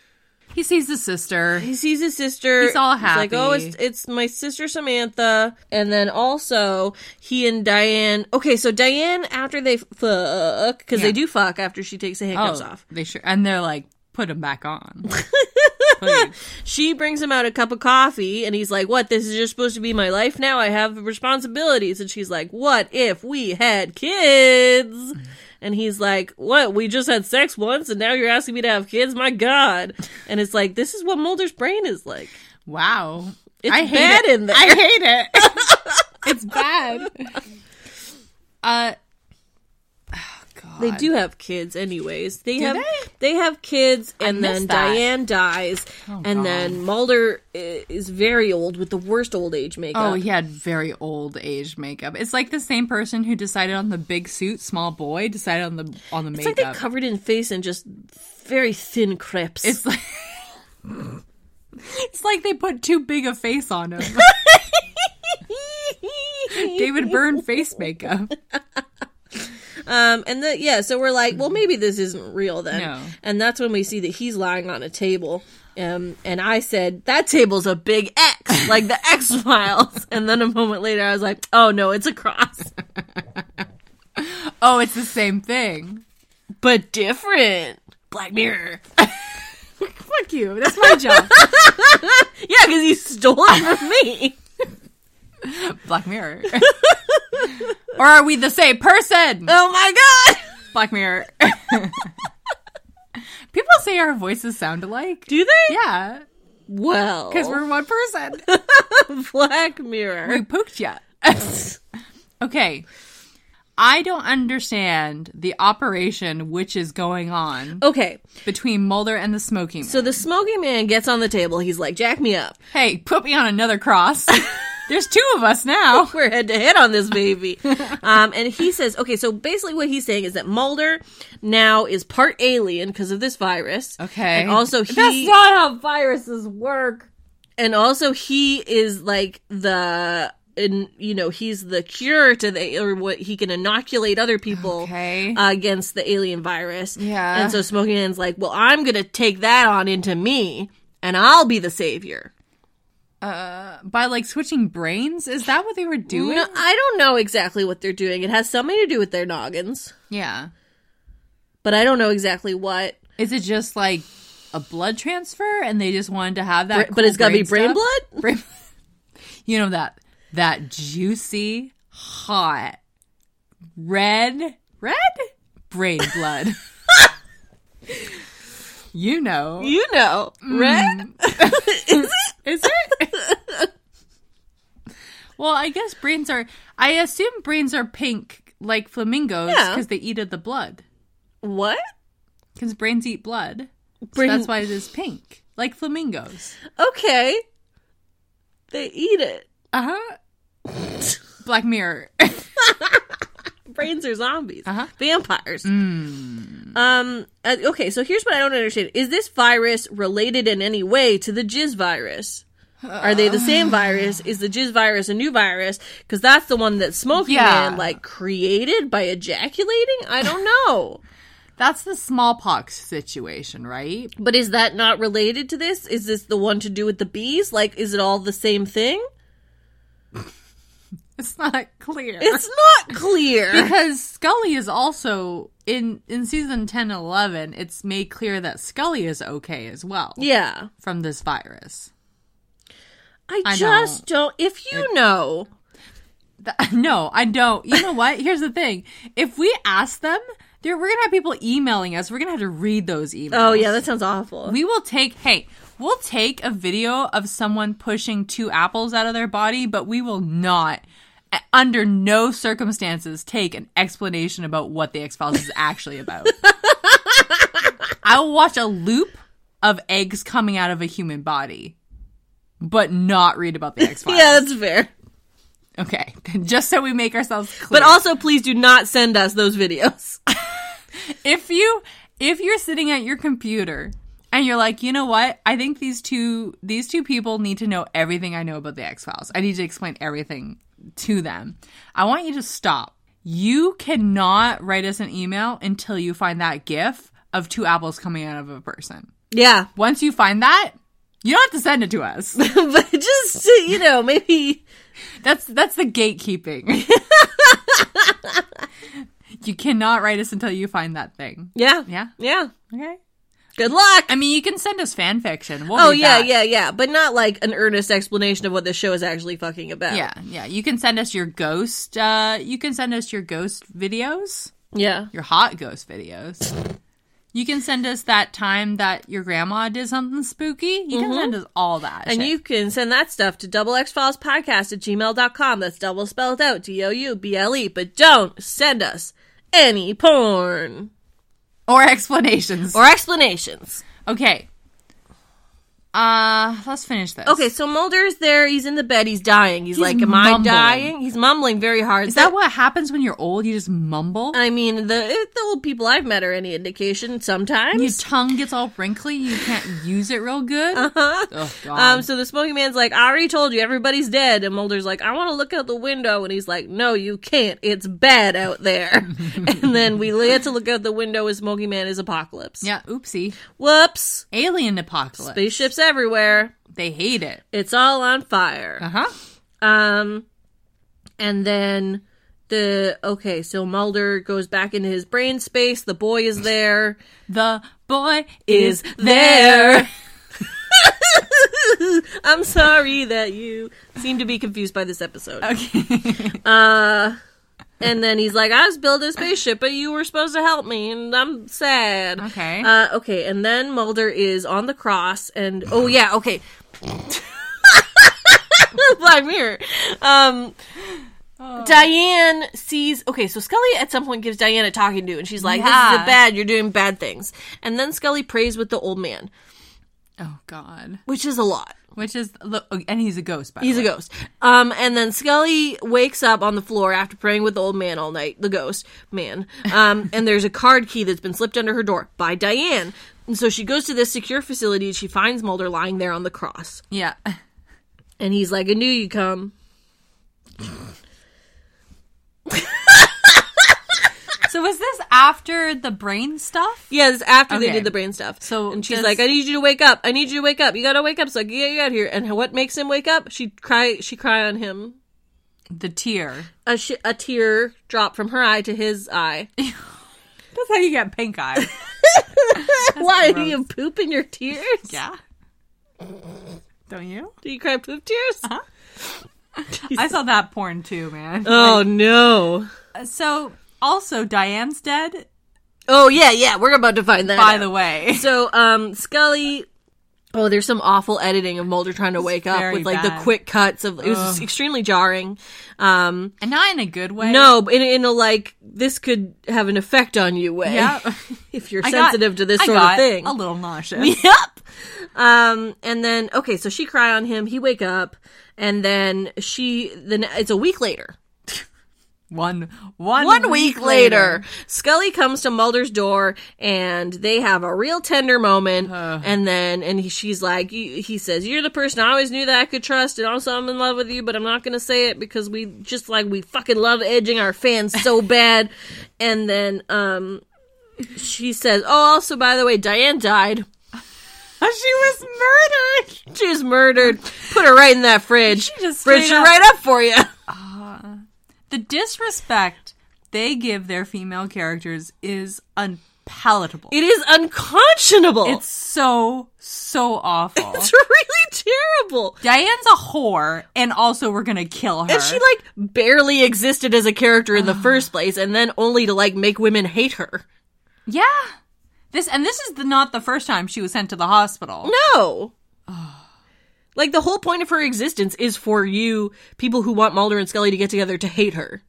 He sees the sister. He sees his sister. He's all like, oh, happy. it's it's my sister Samantha. And then also he and Diane. Okay, so Diane after they fuck because Yeah. they do fuck after she takes the handcuffs off. Oh, they sure and they're like, put him back [LAUGHS] on. She brings him out a cup of coffee, and he's like, "What? This is just supposed to be my life now. I have responsibilities." And she's like, "What if we had kids?" And he's like, "What? We just had sex once, and now you're asking me to have kids? My God!" And it's like, this is what Mulder's brain is like. Wow. It's I hate bad it. in there. I hate it. [LAUGHS] it's bad. Uh oh, God. They do have kids, anyways. They have they? they? have kids, and missed then that. Oh, Diane dies, and God. then Mulder i- is very old with the worst old age makeup. Oh, he had very old age makeup. It's like the same person who decided on the big suit, small boy, decided on the on the It's like makeup. they covered in face and just very thin crepes. it's like [LAUGHS] It's like they put too big a face on [LAUGHS] him. David Byrne face makeup. um, and the, yeah, so we're like, well, maybe this isn't real then. No. And that's when we see that he's lying on a table. Um, and I said, that table's a big X, [LAUGHS] like the X Files. and then a moment later, I was like, oh no, it's a cross, Oh, it's the same thing. but different. Black Mirror. Fuck you. That's my [LAUGHS] job. Yeah, because he stole it from me. Black Mirror. [LAUGHS] or are we the same person? [LAUGHS] Oh my god! Black Mirror. [LAUGHS] People say our voices sound alike. Do they? Yeah, Well, because we're one person. Black we Mirror. pooped ya. [LAUGHS] okay. I don't understand the operation which is going on [LAUGHS] Okay, between Mulder and the smoking. so the smoking man gets on the table. He's like, "Jack me up. hey, put me on another [LAUGHS] cross. There's two of us now. We're head to head on this [LAUGHS] baby." um, and he says, "Okay, so basically what he's saying is that Mulder now is part alien because of this virus. Okay. and also he That's not how viruses work. and also he is like the and you know he's the cure to the or what he can inoculate other people Okay. uh, [LAUGHS] against the alien virus Yeah. and so smoking man's like well i'm gonna take that on into me and i'll be the savior By like switching brains? Is that what they were doing? no, i don't know exactly what they're doing it has something to do with their noggins Yeah. but i don't know exactly what Is it just like a blood transfer and they just wanted to have that? but it's got gotta be brain blood Brain- you know that that juicy, hot, red, red brain blood. [LAUGHS] you know, you know right Mm. is it? [LAUGHS] well, I guess brains are. I assume brains are pink like flamingos Yeah. because they eat of the blood. what Because brains eat blood, so Brain- that's why it is pink, like flamingos. okay they eat it Uh Uh-huh. huh. Black Mirror. [LAUGHS] brains are zombies, Uh-huh. vampires. Um. uh, Okay, so here's what I don't understand: Is this virus related in any way to the jizz virus? Are they the same virus? Is the jizz virus a new virus? Because that's the one that Smoking Yeah. Man like created by ejaculating. I don't know, That's the smallpox situation, right? but is that not related to this? Is this the one to do with the bees? Like, is it all the same thing? [LAUGHS] It's not clear. It's not clear. [LAUGHS] because Scully is also in in season 10 and 11, it's made clear that Scully is okay as well yeah, from this virus. I, I just don't. If you know, Th- [LAUGHS] no, I don't. You know what? Here's the thing. If we ask them, there we're going to have people emailing us. We're going to have to read those emails. oh yeah, that sounds awful. We will take, hey, we'll take a video of someone pushing two apples out of their body, but we will not, a- under no circumstances, take an explanation about what the X Files is actually about. I will watch a loop of eggs coming out of a human body, but not read about the X Files. [LAUGHS] yeah, that's fair. Okay. [LAUGHS] Just so we make ourselves clear. But also, please do not send us those videos. [LAUGHS] if you if you're sitting at your computer and you're like, you know what? I think these two these two people need to know everything I know about the X Files. I need to explain everything to them. I want you to stop. You cannot write us an email until you find that GIF of two apples coming out of a person. Yeah, [LAUGHS] Once you find that, you don't have to send it to us. [LAUGHS] but just to, you know, maybe That's that's the gatekeeping. [LAUGHS] you cannot write us until you find that thing. yeah, Yeah. yeah. Okay. Good luck. I mean, you can send us fan fiction. We'll Oh read yeah, that. yeah, yeah. But not like an earnest explanation of what this show is actually fucking about. yeah, yeah. You can send us your ghost. Uh, you can send us your ghost videos, yeah. your hot ghost videos. You can send us that time that your grandma did something spooky. You can send us all that. Mm-hmm. And shit. you can send that stuff to double x files podcast at gmail.com. That's double spelled out D O U B L E. But don't send us any porn or explanations. or explanations. okay. Uh, let's finish this. Okay, so Mulder's there. He's in the bed. He's dying. He's, He's like, Am I mumbling. dying? He's mumbling very hard. Is that what happens when you're old? You just mumble. I mean, the if the old people I've met are any indication. Your Sometimes. tongue gets all wrinkly. You can't use it real good. Uh-huh. Oh God. Um, so the smoking man's like, I already told you everybody's dead. And Mulder's like, I want to look out the window. And he's like, No, you can't. It's bad out there. and then we get to look out the window as Smoking Man is apocalypse. yeah. Oopsie. Whoops. Alien apocalypse. Spaceships everywhere. They hate it. It's all on fire. Uh huh. Um, and then the okay, so Mulder goes back into his brain space. The boy is there. The boy is there. [LAUGHS] I'm sorry that you seem to be confused by this episode. Okay. [LAUGHS] Uh, and then he's like, I was building a spaceship, but you were supposed to help me, and I'm sad. Okay. Uh, okay, and then Mulder is on the cross, and oh yeah, okay. [LAUGHS] Black Mirror. Um, Diane sees. Okay, so Scully at some point gives Diane a talking to, and she's like, "This Yeah. is bad. You're doing bad things." And then Scully prays with the old man, oh God. which is a lot. Which is look, oh, and he's a ghost. By the He's a way. ghost. Um, and then Scully wakes up on the floor after praying with the old man all night, the ghost man. [LAUGHS] Um, and there's a card key that's been slipped under her door by Diane. And so she goes to this secure facility and she finds Mulder lying there on the cross. [LAUGHS] Yeah. And he's like, I knew you'd come. So was this after the brain stuff? Yeah, this is after they Okay. did the brain stuff. So and she's does- The tear. A, sh- a tear drop from her eye to his [LAUGHS] eye. That's how you get pink eye. Why do you poop in your tears? [LAUGHS] yeah. Don't you? Do you cry poop Uh-huh. tears? I saw that porn too, man. Oh no. Uh, So also Diane's dead. Oh yeah, yeah. We're about to find that. By out. the way, so um, Scully. Oh, there's some awful editing of Mulder trying to wake up very with like the bad. quick cuts of. It was extremely jarring. Um, and not in a good way. no, but in, in a like this could have an effect on you way. Yeah. [LAUGHS] if you're I got- sensitive to this I sort got of thing. A little [LAUGHS] nauseous. Yep. Um, and then okay, so she cry on him. He wake up, and then she. Then it's a week later. One one One week later, Scully comes to Mulder's door and they have a real tender moment. and then, and he, she's like, you- he says, You're the person I always knew that I could trust. And also, I'm in love with you, but I'm not going to say it because we just like, we fucking love edging our fans [LAUGHS] so bad. and then, um, she says, Oh, also, by the way, Diane died. [LAUGHS] she was murdered. She was murdered. Put her right in that fridge. She just fridge straight her up- right up for you. The disrespect they give their female characters is unpalatable. It is unconscionable. it's so so awful. it's [LAUGHS] really terrible. Diane's a whore, and also we're gonna kill her. Ah. And she like barely existed as a character in the first place, and then only to like make women hate her. yeah. This and this is the, not the first time she was sent to the hospital. No. Ah. Like the whole point of her existence is for you people who want Mulder and Scully to get together to hate her.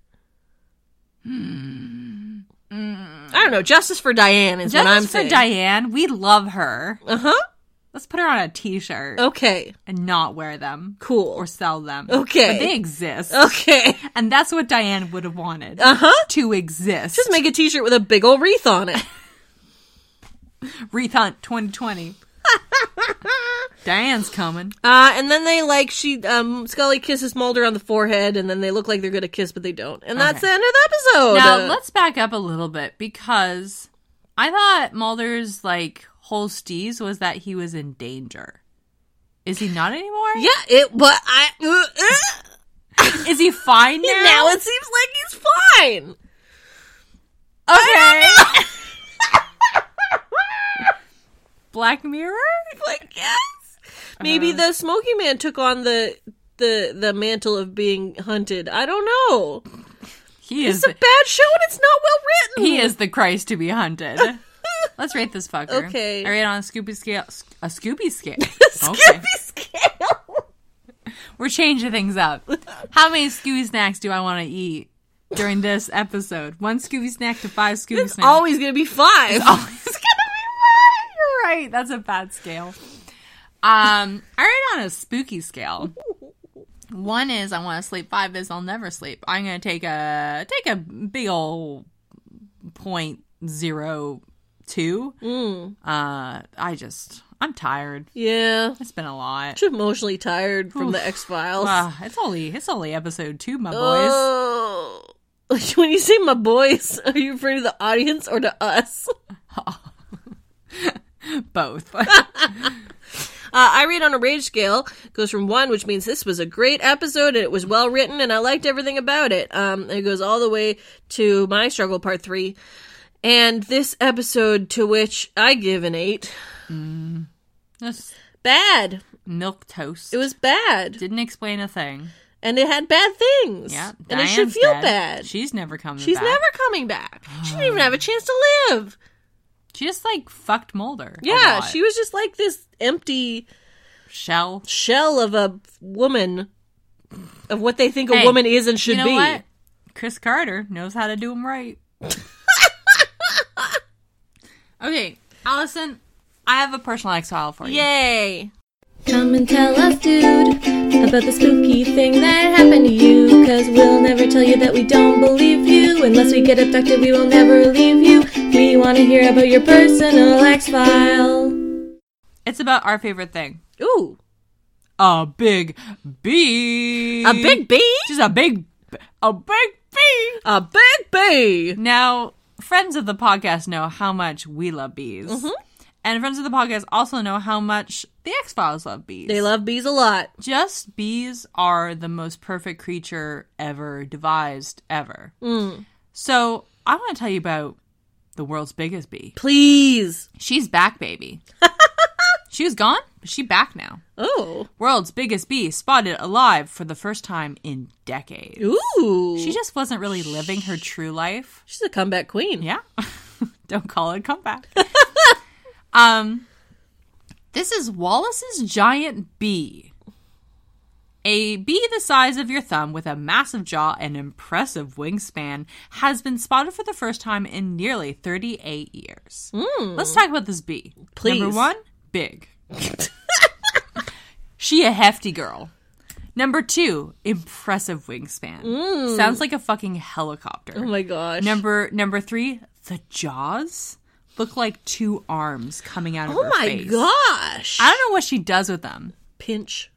I don't know. Justice for Diane is Just what I'm Hmm. for saying. Diane, we love her. uh huh. Let's put her on a t-shirt Okay. and not wear them Uh, Cool. or sell them. Okay. Uh, but they exist, okay. [LAUGHS] and that's what Diane would have wanted Uh huh. to exist. Just make a T-shirt with a big old wreath [LAUGHS] on it. Wreath Hunt [LAUGHS] 2020. Diane's coming. Uh, and then they like she um Scully kisses Mulder on the forehead, and then they look like they're gonna kiss, but they don't. And that's Okay. the end of the episode. Now Uh, let's back up a little bit because I thought Mulder's like whole steez was that he was in danger. Is he not [LAUGHS] anymore? yeah, it. But I uh, uh, Is he fine now? now it seems like he's fine. okay. [LAUGHS] Black Mirror? Like yes, maybe the Smoky Man took on the the the mantle of being hunted. I don't know. He It's is a bad show, and it's not well written. [LAUGHS] he is the Christ to be hunted. Let's rate this fucker. Okay. I rate on a Scooby scale. A Scooby [LAUGHS] scale. Okay. Scooby Scale. We're changing things up. How many Scooby snacks do I want to eat during this episode? One Scooby snack to five Scooby snacks. [LAUGHS] Always gonna be five. always gonna be mine. You're right. That's a bad scale. Um, I rate on a spooky scale. One is I want to sleep. Five is I'll never sleep. I'm gonna take a take a big old point zero two. Uh, I just I'm tired. yeah, It's been a lot. just emotionally tired from the X Files. Ah, it's only it's only episode two, my boys. Oh. [LAUGHS] When you say my boys, are you referring to the audience or to us? Uh, Both. [LAUGHS] Uh, I rate on a rage scale goes from one, which means this was a great episode and it was well written and I liked everything about it. Um, and it goes all the way to my struggle part three, and this episode to which I give an eight. Just Bad. milk toast. It was bad. Didn't explain a thing. and it had bad things. Yeah. and it should Diane's feel dead. bad. She's never coming She's back. never coming back. She didn't even have a chance to live. She just like fucked Mulder. a Yeah, lot. she was just like this empty shell. shell of a woman, of what they think a Hey, woman is and should you know be. what? Chris Carter knows how to do them [LAUGHS] right. okay, Allison, I have a personal exile for you. Yay! Come and tell us, dude, about the spooky thing that happened to you. Cause we'll never tell you that we don't believe you. Unless we get abducted, we will never leave you. We want to hear about your personal X file. It's about our favorite thing. Ooh, A big bee. a big bee, Just a big a big bee. a big bee. Now, friends of the podcast know how much we love bees. Mm-hmm. And friends of the podcast also know how much the X Files love bees. They love bees a lot. Just bees are the most perfect creature ever devised, ever. Mm. So I want to tell you about the world's biggest bee. Please. She's back, [LAUGHS] baby. she was gone, but she back now. Oh. World's biggest bee spotted alive for the first time in decades. Ooh. She just wasn't really living her true life. She's a comeback queen. Yeah. [LAUGHS] Don't call it comeback. [LAUGHS] um This is Wallace's giant bee. A bee the size of your thumb with a massive jaw and impressive wingspan has been spotted for the first time in nearly 38 years. Let's talk about this bee. Please. Number 1, big. [LAUGHS] she a hefty girl. Number 2, impressive wingspan. Sounds like a fucking helicopter. Oh my gosh. Number number three, the jaws look like two arms coming out of oh her my face. gosh. I don't know what she does with them. [LAUGHS] Pinch.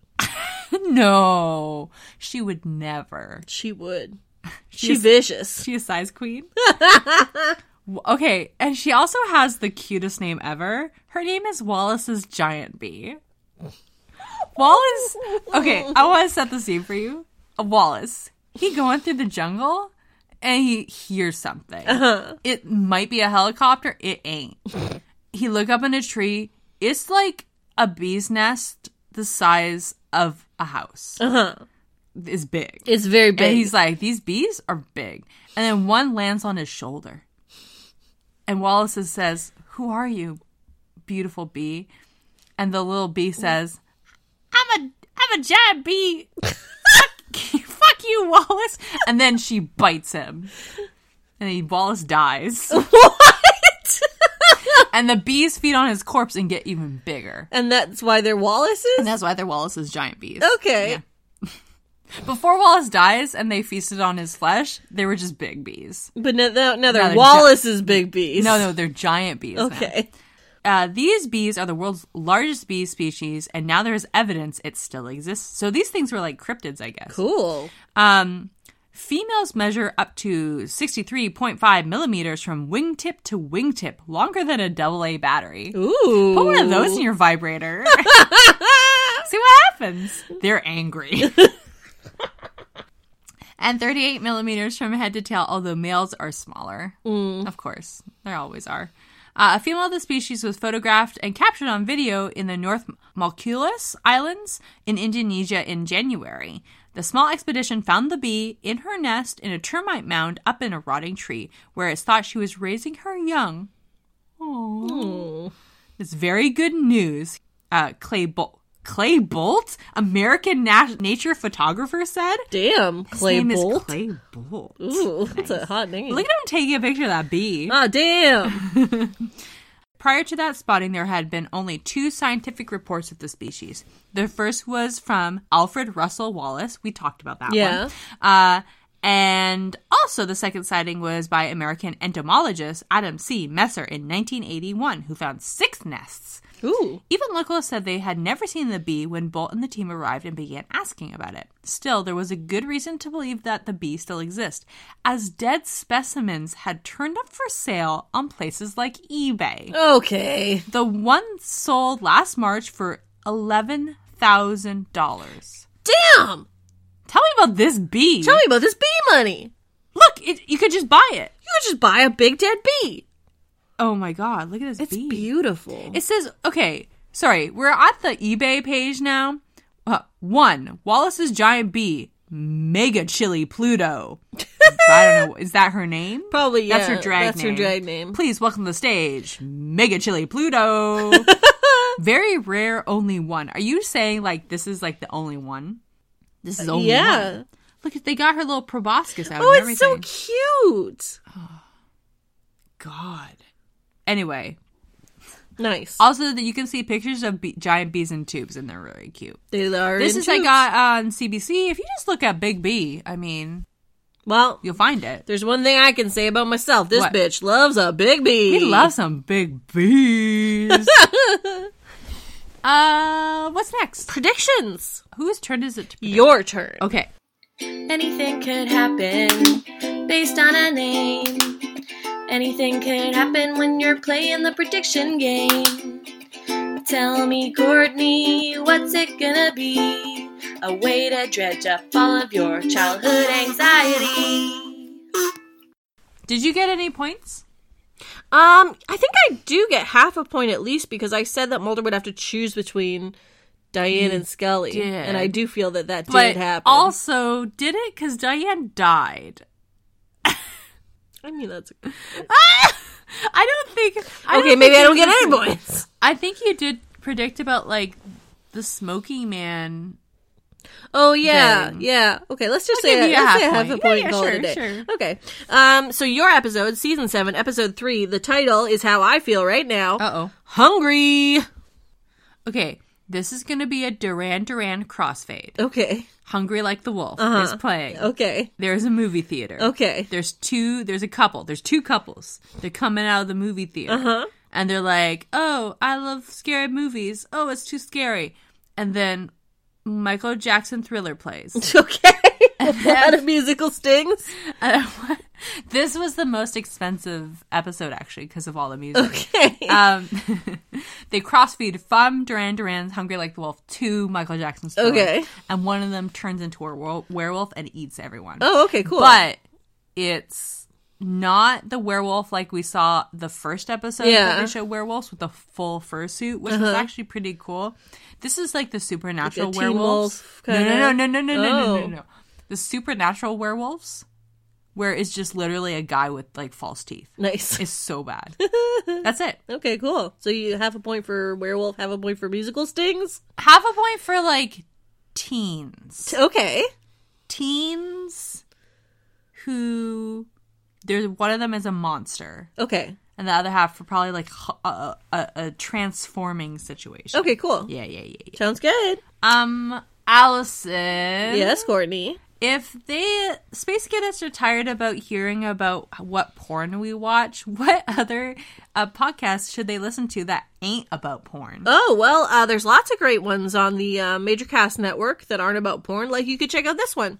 No, she would never. [LAUGHS] She would. She vicious. She a size queen. W- okay, and she also has the cutest name ever. Her name is Wallace's giant bee. Wallace. Okay, I want to set the scene for you. Wallace. He going through the jungle and he hears something. It might be a helicopter. It ain't. he look up in a tree. It's like a bee's nest the size of a house. Uh huh. Is big. It's very big. And he's like, these bees are big. And then one lands on his shoulder. And Wallace says, Who are you, beautiful bee? And the little bee says, I'm a I'm a giant bee. fuck, [LAUGHS] fuck you, Wallace. And then she bites him. And he Wallace dies. [LAUGHS] what? [LAUGHS] And the bees feed on his corpse and get even bigger. and that's why they're Wallaces? And that's why they're Wallace's giant bees. Okay. Yeah. Before Wallace dies and they feasted on his flesh, they were just big bees. But no, no, no they're they're Wallace's big bees. Oh, No, no, they're giant bees. now. [LAUGHS] Okay. Uh, these bees are the world's largest bee species, and now there is evidence it still exists. So these things were like cryptids, I guess. Cool. Um, females measure up to 63.5 millimeters from wingtip to wingtip, longer than a double A battery. Ooh. Put one of those in your vibrator. [LAUGHS] See what happens. They're angry. and 38 millimeters from head to tail, although males are smaller. Of course, there always are. Uh, a female of the species was photographed and captured on video in the North Malculus Islands in Indonesia in January. The small expedition found the bee in her nest in a termite mound up in a rotting tree, where it's thought she was raising her young. It's very good news. Uh, Clay Bolt, Clay Bolt, American nat- nature photographer, said. Damn, Clay His name Bolt. is Clay Bolt. Ooh, that's a hot name. Look at him taking a picture of that bee. [LAUGHS] Ah, damn. Prior to that spotting, there had been only two scientific reports of the species. The first was from Alfred Russel Wallace. We talked about that Yeah. one. Uh, and also, the second sighting was by American entomologist Adam C. Messer in 1981, who found six nests. Ooh. Even locals said they had never seen the bee when Bolt and the team arrived and began asking about it. Still, there was a good reason to believe that the bee still exists, as dead specimens had turned up for sale on places like eBay. Okay. The one sold last March for $11,000. Damn. Tell me about this bee. Tell me about this bee money. Look, it, you could just buy it. You could just buy a big dead bee. Oh my god, look at this It's bee. beautiful. It says, okay, sorry, we're at the eBay page now. Uh, one, Wallace's giant bee, Mega Chili Pluto. I don't know. Is that her [LAUGHS] name? Probably, yeah. That's her drag That's name. her drag name. Please welcome to the stage, Mega Chili [LAUGHS] Pluto. Very rare, only one. Are you saying like this is like the only one? This is only yeah. one. Look, they got her little proboscis out. Oh, and it's so everything. cute. God. Anyway, Nice. also that you can see pictures of be- giant bees in tubes, and they're really cute. they are. This in is I tubes. got on CBC. If you just look at Big B, I mean, Well, you'll find it. there's one thing I can say about myself. This What? bitch loves a big bee. We love some big [LAUGHS] bees. uh, what's next? predictions. Whose turn is it to predict? Your turn. Okay. Anything could happen based on a name. Anything could happen when you're playing the prediction game. Tell me, Courtney, what's it gonna be? A way to dredge up all of your childhood anxiety. Did you get any points? Um, I think I do get half a point at least because I said that Mulder would have to choose between Diane and Scully, did. and I do feel that that but did happen. also, did it? Because Diane died. I mean, that's I don't think. I okay. think maybe I you don't get did- any points. I think you did predict about like the smoking man. Oh yeah, Dang. yeah. Okay, let's just I'll say give you let's a half say half a point. point Yeah, yeah, call it sure, a day. sure. Okay. Um. So your episode, season seven, episode three. The title is "How I Feel Right Now." Uh oh. Hungry. Okay, this is gonna be a Duran Duran crossfade. Okay. Hungry like the wolf is playing. Uh-huh. Okay. [LAUGHS] There's a movie theater. Okay. There's two. There's a couple. There's two couples. They're coming out of the movie theater, Uh-huh. and they're like, "Oh, I love scary movies. Oh, it's too scary." And then Michael Jackson Thriller [LAUGHS] plays. Okay. [LAUGHS] a lot of musical stings. Uh, this was the most expensive episode actually because of all the music. Okay. Um, [LAUGHS] they crossfeed from Duran Duran's "Hungry Like the Wolf" to Michael Jackson's. Thriller, Okay. and one of them turns into a were- werewolf and eats everyone. oh, okay. Cool. but it's not the werewolf like we saw the first episode Yeah. Uh-huh. that they show werewolves with the full fursuit, which was actually pretty cool. This is like the supernatural Like a Teen werewolves. Wolf No, no, no, kinda? no, no, no, no, no, Oh. no. The supernatural werewolves, where it's just literally a guy with like false teeth. nice. [LAUGHS] It's so bad. That's it. Okay, cool. So you half a point for werewolf, half a point for musical stings. Half a point for like teens. Okay. Teens who there's one of them is a monster. Okay. and the other half for probably like h- a, a, a transforming situation. Okay, cool. Yeah, yeah, yeah, yeah. Sounds good. Um, Allison. Yes, Courtney. If they space cadets are tired about hearing about what porn we watch, [LAUGHS] what other uh, podcast should they listen to that ain't about porn? Oh, well, uh, there's lots of great ones on the uh, Major Cast Network that aren't about porn. Like, you could check out this one.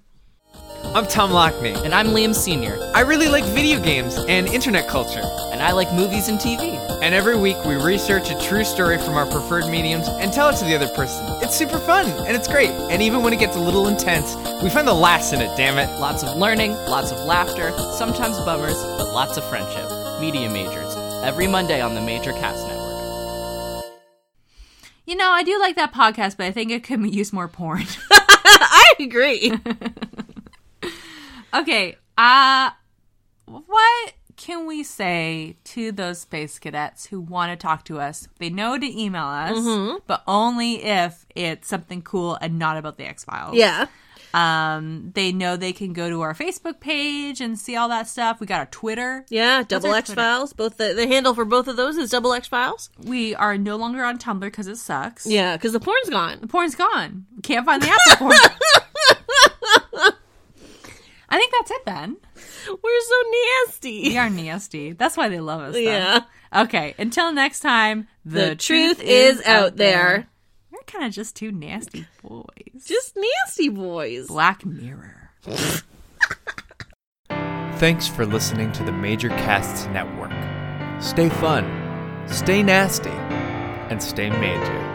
[LAUGHS] I'm Tom Lockney. And I'm Liam Sr., I really like video games and internet culture. and I like movies and TV. And every week we research a true story from our preferred mediums and tell it to the other person. It's super fun and it's great. And even when it gets a little intense, we find the laughs in it, damn it. Lots of learning, lots of laughter, sometimes bummers, but lots of friendship. Media Majors, every Monday on the Major Cast Network. You know, I do like that podcast, but I think it could use more porn. [LAUGHS] I agree. okay, uh, what can we say to those space cadets who want to talk to us? They know to email us, Mm-hmm. but only if it's something cool and not about the X Files. yeah. Um, they know they can go to our Facebook page and see all that stuff. We got a Twitter. Yeah. Double our X Twitter? Files. Both the, the handle for both of those is Double X Files. We are no longer on Tumblr because it sucks. Yeah, because the porn's gone. The porn's gone. We can't find the Apple porn. [LAUGHS] I think that's it then. We're so nasty. We are nasty. That's why they love us. then. [LAUGHS] Yeah. Okay. Until next time, The, truth, is, out there. We're kind of just two nasty boys. Just nasty boys. Black Mirror. Thanks for listening to the Major Casts Network. Stay fun, stay nasty, and stay major.